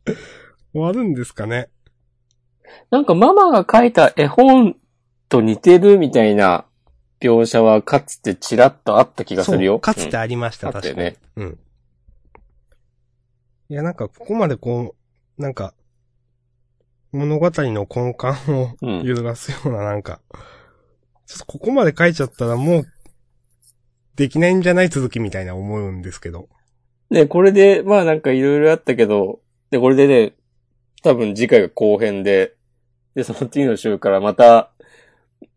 B: 終わるんですかね
A: なんかママが書いた絵本と似てるみたいな描写はかつてちらっとあった気がする
B: そ
A: よ。
B: うかつて
A: うん
B: ありました、
A: うんあった
B: 確
A: よ
B: かに。
A: ね
B: うん。いや、なんか、ここまでこう、なんか、物語の根幹を
A: うん
B: 揺るがすような、なんか、ちょっとここまで書いちゃったらもう、できないんじゃない続きみたいな思うんですけど。
A: ね、これで、まあなんかいろいろあったけど、で、これでね、多分次回が後編で、で、その次の週からまた、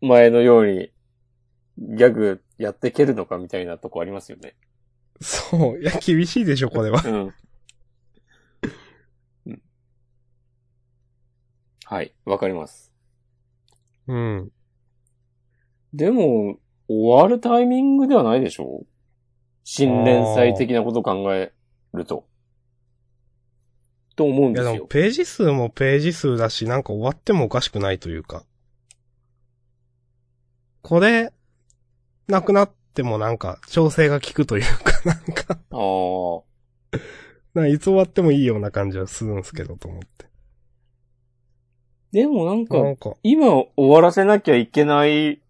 A: 前のように、ギャグやっていけるのかみたいなとこありますよね。
B: そう。いや、厳しいでしょ、これは。
A: うん。うんはい、わかります。
B: うん。
A: でも、終わるタイミングではないでしょ新連載的なことを考えると。と思うん
B: い
A: で
B: や、
A: す
B: でも、
A: よ。
B: ページ数もページ数だし、なんか終わってもおかしくないというか。これ、なくなってもなんか、調整が効くというか、 [LAUGHS] なんか、
A: ああ。
B: なんかいつ終わってもいいような感じはするんですけど、と思って。
A: でもなんか
B: な、んか、
A: 今終わらせなきゃいけない、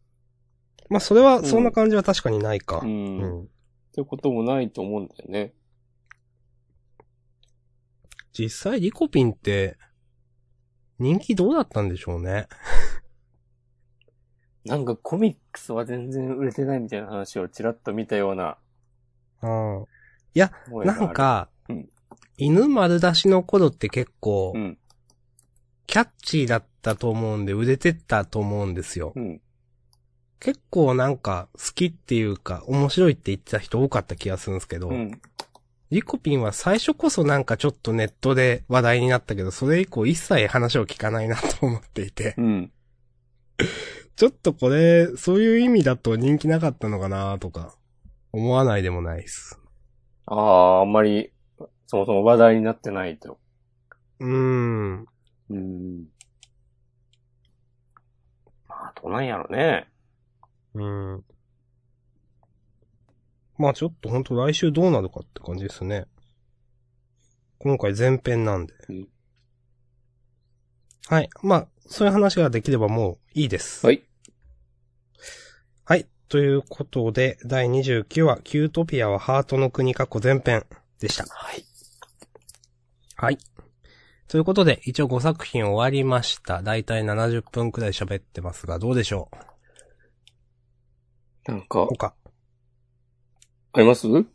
B: まあ、それは、そんな感じは確かにないか。
A: う、
B: うん
A: っ
B: ん。
A: てこともないと思うんだよね。
B: 実際、リコピンって、人気どうだったんでしょうね。
A: なんかコミックスは全然売れてないみたいな話をちらっと見たような
B: うん。
A: 声があ
B: な
A: る
B: ん、か、
A: うん
B: 犬丸出しの頃って結構、
A: うん、
B: キャッチーだったと思うんで、売れてったと思うんですよ
A: う。ん。
B: 結構なんか、好きっていうか、面白いって言ってた人多かった気がするんですけど、
A: うん。
B: リコピンは最初こそなんかちょっとネットで話題になったけど、それ以降一切話を聞かないなと思っていて、 [LAUGHS]
A: うん。
B: ちょっとこれ、そういう意味だと人気なかったのかなとか、思わないでもないです。
A: ああ、あんまり、そもそも話題になってないと。
B: うーん。
A: うん。まあ、どうなんやろね。
B: うん。まあちょっとほんと来週どうなるかって感じですね。今回前編なんで。
A: うん
B: はい。まあ、そういう話ができればもういいです。
A: はい。
B: はい。ということで、第29話、キュートピアはハートの国過去前編でした。
A: はい。
B: はい。ということで、一応5作品終わりました。だいたい70分くらい喋ってますが、どうでしょう
A: なんか、
B: 他。
A: ありますうん。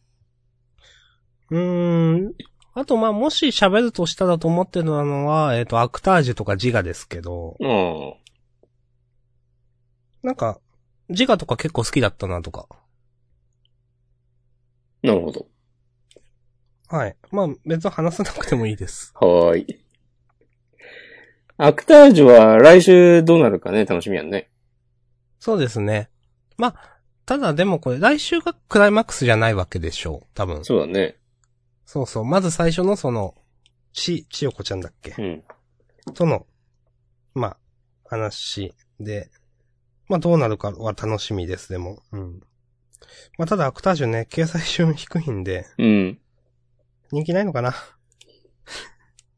B: うーん。あと、まあ、もし喋るとしたらと思ってるのは、えっ、と、アクタージュとか自我ですけど、なんか、自我とか結構好きだったなとか。
A: なるほど。
B: はい。まあ、別に話さなくてもいいです。
A: はーい。アクタージュは来週どうなるかね、楽しみやんね。
B: そうですね。まあ、ただでもこれ、来週がクライマックスじゃないわけでしょう。多分。
A: そうだね。
B: そうそう。まず最初のその、ち、ちよこちゃんだっけ
A: うん。
B: との、まあ、話で、まあどうなるかは楽しみです、でも。うん。まあただ、アクタージュね、掲載順低いんで、
A: うん。
B: 人気ないのかない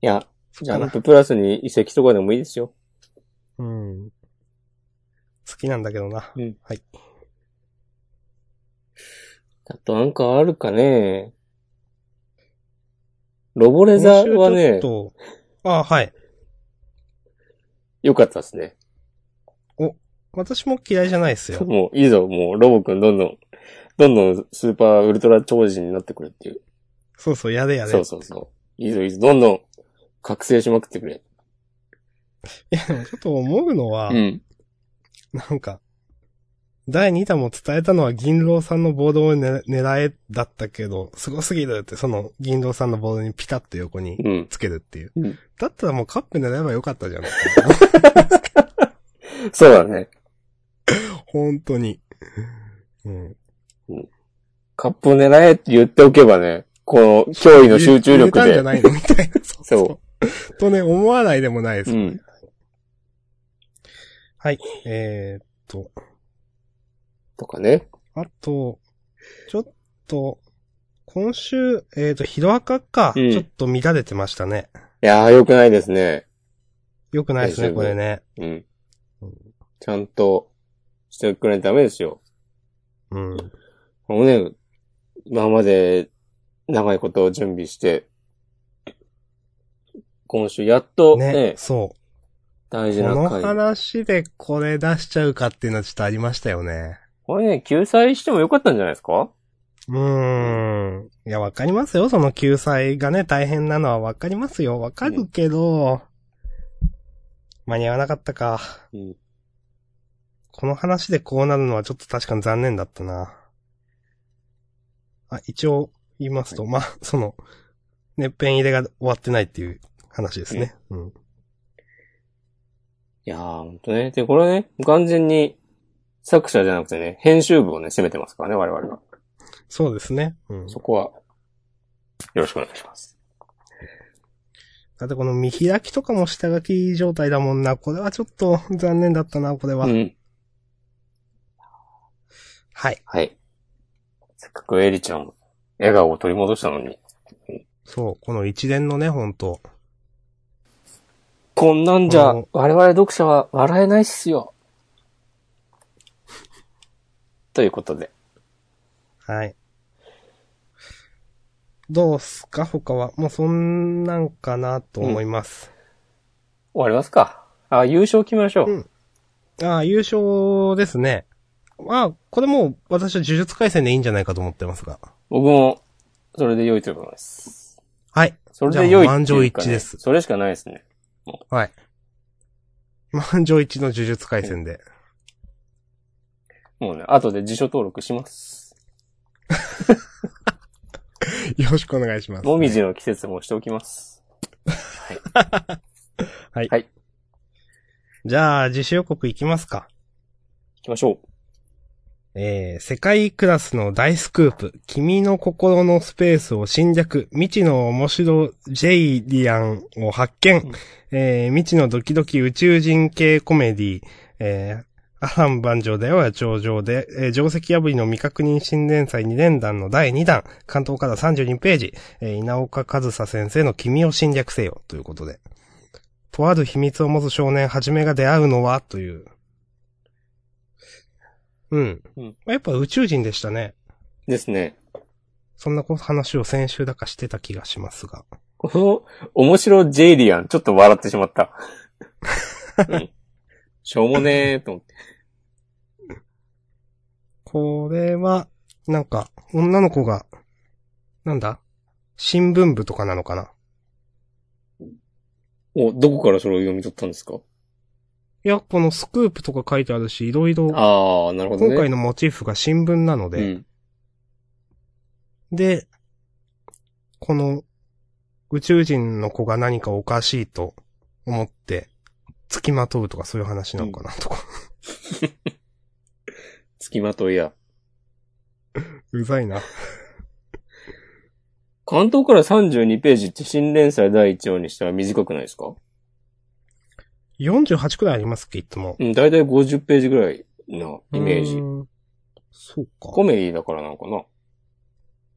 A: や、
B: そっ
A: ジャ
B: か
A: ン
B: な。
A: ププラスに移籍とかでもいいですよ。
B: うん。好きなんだけどな。
A: うん
B: はい。
A: あとなんかあるかね。ロボレザは
B: 今週
A: ね
B: ち、ょっと、ああ、はい。
A: 良かったですね。
B: 私も嫌いじゃないですよ。
A: もういいぞ、もうロボくんどんどん、どんどんスーパーウルトラ超人になってくれっていう。
B: そうそう、やれやれ。
A: そうそうそう。いいぞいいぞ、どんどん覚醒しまくってくれ。
B: いや、でもちょっと思うのは、
A: うん。
B: なんか、第2弾も伝えたのは銀狼さんのボードを、ね、狙えだったけど、すごすぎるって、その銀狼さんのボードにピタッと横に
A: うん。
B: つけるっていう。
A: うん
B: だったらもうカップ狙えばよかった
A: [LAUGHS]
B: じゃん。
A: そうだね。
B: 本当に。うん。
A: カップを狙えって言っておけばね、この脅威の集中力
B: 入れたんじ
A: で。
B: ゃないのみたいな。そう
A: そ
B: とね、思わないでもないです。
A: う。うん。
B: はい。えー、っと、
A: とかね。
B: あと、ちょっと、今週、えー、っと、ヒロアカか、
A: うん
B: ちょっと乱れてましたね。
A: いやー、良くないですね。
B: よくないですね、
A: 大丈夫
B: これね。
A: うん
B: うん。
A: ちゃんとしてくれないとダメですよ。
B: うん。
A: もうね、今まで長いことを準備して、今週やっとね、
B: ね、そう。
A: 大事
B: こ
A: な
B: の
A: 回。
B: 話でこれ出しちゃうかっていうのはちょっとありましたよね。
A: これね、救済してもよかったんじゃないですか
B: うーん。いや、わかりますよ。その救済がね、大変なのはわかりますよ。わかるけど、間に合わなかったか。
A: うん。
B: この話でこうなるのはちょっと確かに残念だったな。あ、一応言いますと、まあ、その、熱弁入れが終わってないっていう話ですね。うん。
A: いやー、ほんとね。で、これはね、完全に作者じゃなくてね、編集部をね、攻めてますからね、我々が。
B: そうですね。うん。
A: そこは、よろしくお願いします。
B: だってこの見開きとかも下書き状態だもんな。これはちょっと残念だったな、これは。
A: うん。
B: はい。
A: はい。せっかくエリちゃん、笑顔を取り戻したのに、
B: そう、この一連のね、本当
A: こんなんじゃ
B: うん、
A: 我々読者は笑えないっす
B: [LAUGHS]
A: よ。ということで。
B: はい。どうすか他は。もうそんなんかなと思います。
A: 終わりますか。あ、優勝決めましょう。
B: うんああ、優勝ですね。まあ、これもう私は呪術回戦でいいんじゃないかと思ってますが。
A: 僕も、それで良いと思います。
B: はい。
A: それで良い
B: じゃあ満
A: って
B: 場
A: いう
B: 一
A: かね
B: 致です。
A: それしかないですね。
B: はい。満場一致の呪術回戦で。
A: もうね、後で辞書登録します。
B: [LAUGHS] よろしくお願いします。
A: もみじの季節もしておきます。
B: じゃあ、自主予告いきますか。
A: 行きましょう。
B: えー、世界クラスの大スクープ、君の心のスペースを侵略、未知の面白ジェイリアンを発見、えー、未知のドキドキ宇宙人系コメディ、えー、アハン万丈だよや頂上で、えー、定石破りの未確認新連載2連弾の第2弾、関東から32ページ、えー、稲岡和沙先生の君を侵略せよ、ということで。とある秘密を持つ少年はじめが出会うのは、という。うん。
A: うん
B: やっぱ宇宙人でしたね。
A: ですね。
B: そんなこ話を先週だかしてた気がしますが。
A: この、面白ジェイリアン、ちょっと笑ってしまった。 [LAUGHS] うん、しょうもねーと思って。
B: これは、なんか、女の子が、なんだ新聞部とかなのかな
A: お、どこからそれを読み取ったんですか
B: いや、このスクープとか書いてあるし、いろいろ、
A: ああ、なるほど
B: 今
A: ね。
B: 回のモチーフが新聞なので、
A: うん。
B: で、この宇宙人の子が何かおかしいと思って、付きまとうとかそういう話なのかなとか、
A: つきまといや。
B: [LAUGHS] うざいな。
A: 関東から32ページって新連載第1話にしたら短くないですか
B: 48くらいありますっけ、いつも。
A: うん、だいたい50ページぐらいなイメー
B: う
A: ジ。
B: ん。そうか。
A: コメディだからなんかな。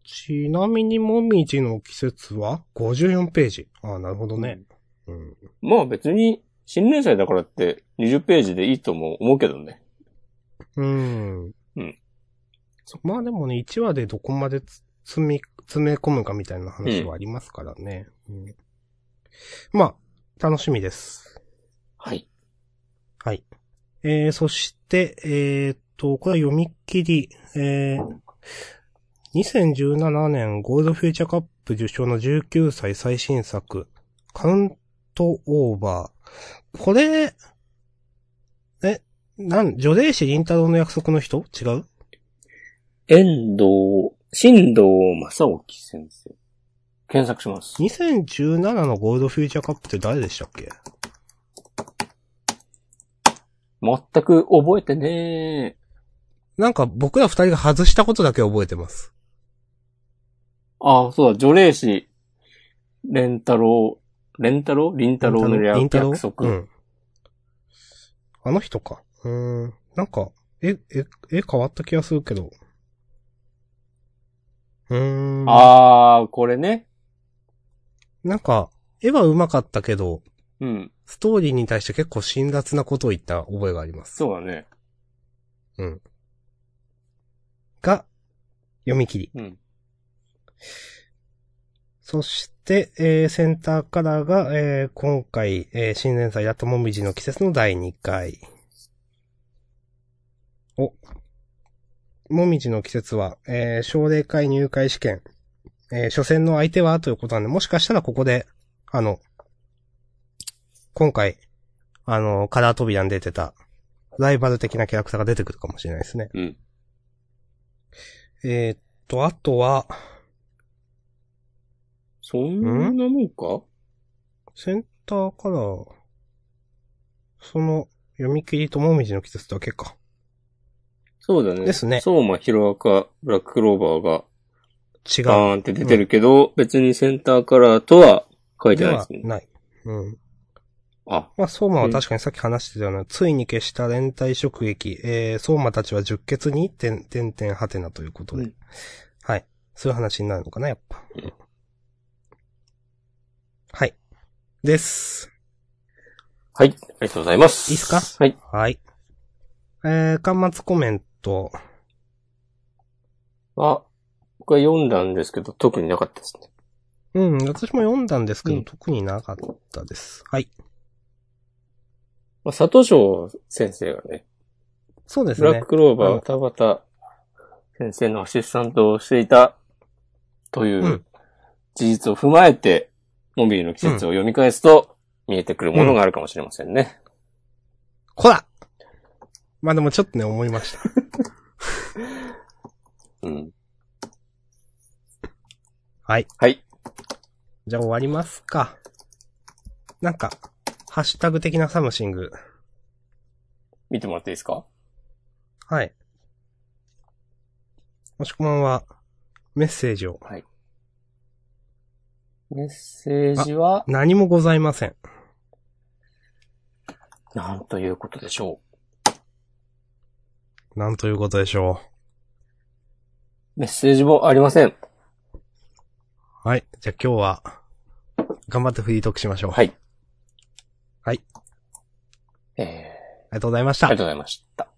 B: ちなみに、もみじの季節は54ページ。ああ、なるほどね。うん。
A: まあ別に、新連載だからって20ページでいいとも思うけどね。
B: うん。
A: うん
B: まあでもね、1話でどこまでつ積み、詰め込むかみたいな話はありますからね。うんまあ、楽しみです。
A: はい。
B: はい。えー、そして、えーっと、これは読み切り、えー、2017年ゴールドフューチャーカップ受賞の19歳最新作、カウントオーバー。これ、え、なん、女霊師凛太郎の約束の人違う
A: 遠藤、新藤正興先生。検索します。
B: ?2017 のゴールドフューチャーカップって誰でしたっけ
A: 全く覚えてねー。
B: なんか僕ら二人が外したことだけ覚えてます。
A: ああ、そうだ、除霊師、蓮太郎、蓮太郎凛太郎のや
B: 凛太郎
A: 約束。
B: うん。あの人か。うーん。なんか、え、え、え変わった気がするけど。うーん。
A: ああ、これね。
B: なんか、絵は上手かったけど、
A: うん。
B: ストーリーに対して結構辛辣なことを言った覚えがあります。
A: そうだね。
B: が、読み切り。
A: うん。
B: そして、えーセンターカラーが、えー今回、えー新連載だともみじの季節の第2回。お。もみじの季節は、えー奨励会入会試験。えー初戦の相手はということなんで、もしかしたらここで、あの、今回、あの、カラー扉に出てた、ライバル的なキャラクターが出てくるかもしれないですね。
A: うん。
B: えーっと、あとは、
A: そんなもんか
B: センターから、その、読み切りともみじの季節だけか。
A: そうだね。
B: ですね
A: そうま、ヒロアカ、ブラッククローバーが
B: 違う。
A: バーンって出てるけど、別にセンターカラーとは書いてな
B: で
A: いで
B: は
A: すね。
B: ない。うん。
A: あ、
B: まあ、相馬は確かにさっき話してたような、ついに消した連帯職撃、えー、相馬たちは十血に、てんてんてんはてなということで。
A: うん
B: はい。そういう話になるのかな、やっぱ。はい。です。
A: はい。ありがとうございます。
B: いいっすか
A: はい。
B: はい。えー、端末コメント。
A: あ、僕は読んだんですけど、特になかったですね。
B: うん、私も読んだんですけど、
A: うん
B: 特になかったです。はい。
A: まあ、佐藤翔先生がね、
B: そうです
A: ブラッ
B: ね
A: ク。クローバ
B: う
A: ー
B: ん
A: 田畑先生のアシスタントをしていたといううん事実を踏まえて、モビルの季節を読み返すと、見えてくるものがあるかもしれませんね。
B: こらまあでもちょっとね、思いました。
A: うん。
B: はい。
A: はい。
B: じゃあ終わりますか。なんか、ハッシュタグ的なサムシング。
A: 見てもらっていいですか
B: はい。もしこまんは、メッセージを。
A: メッセージは、
B: 何もございません。
A: なんということでしょ
B: なんということでしょ
A: う。メッセージもありません。
B: う。はい。じゃあ今日は、頑張ってフリートークしましょう。。
A: はいい。
B: はい。
A: えー、
B: ありがとうございました
A: ありが。とうございました。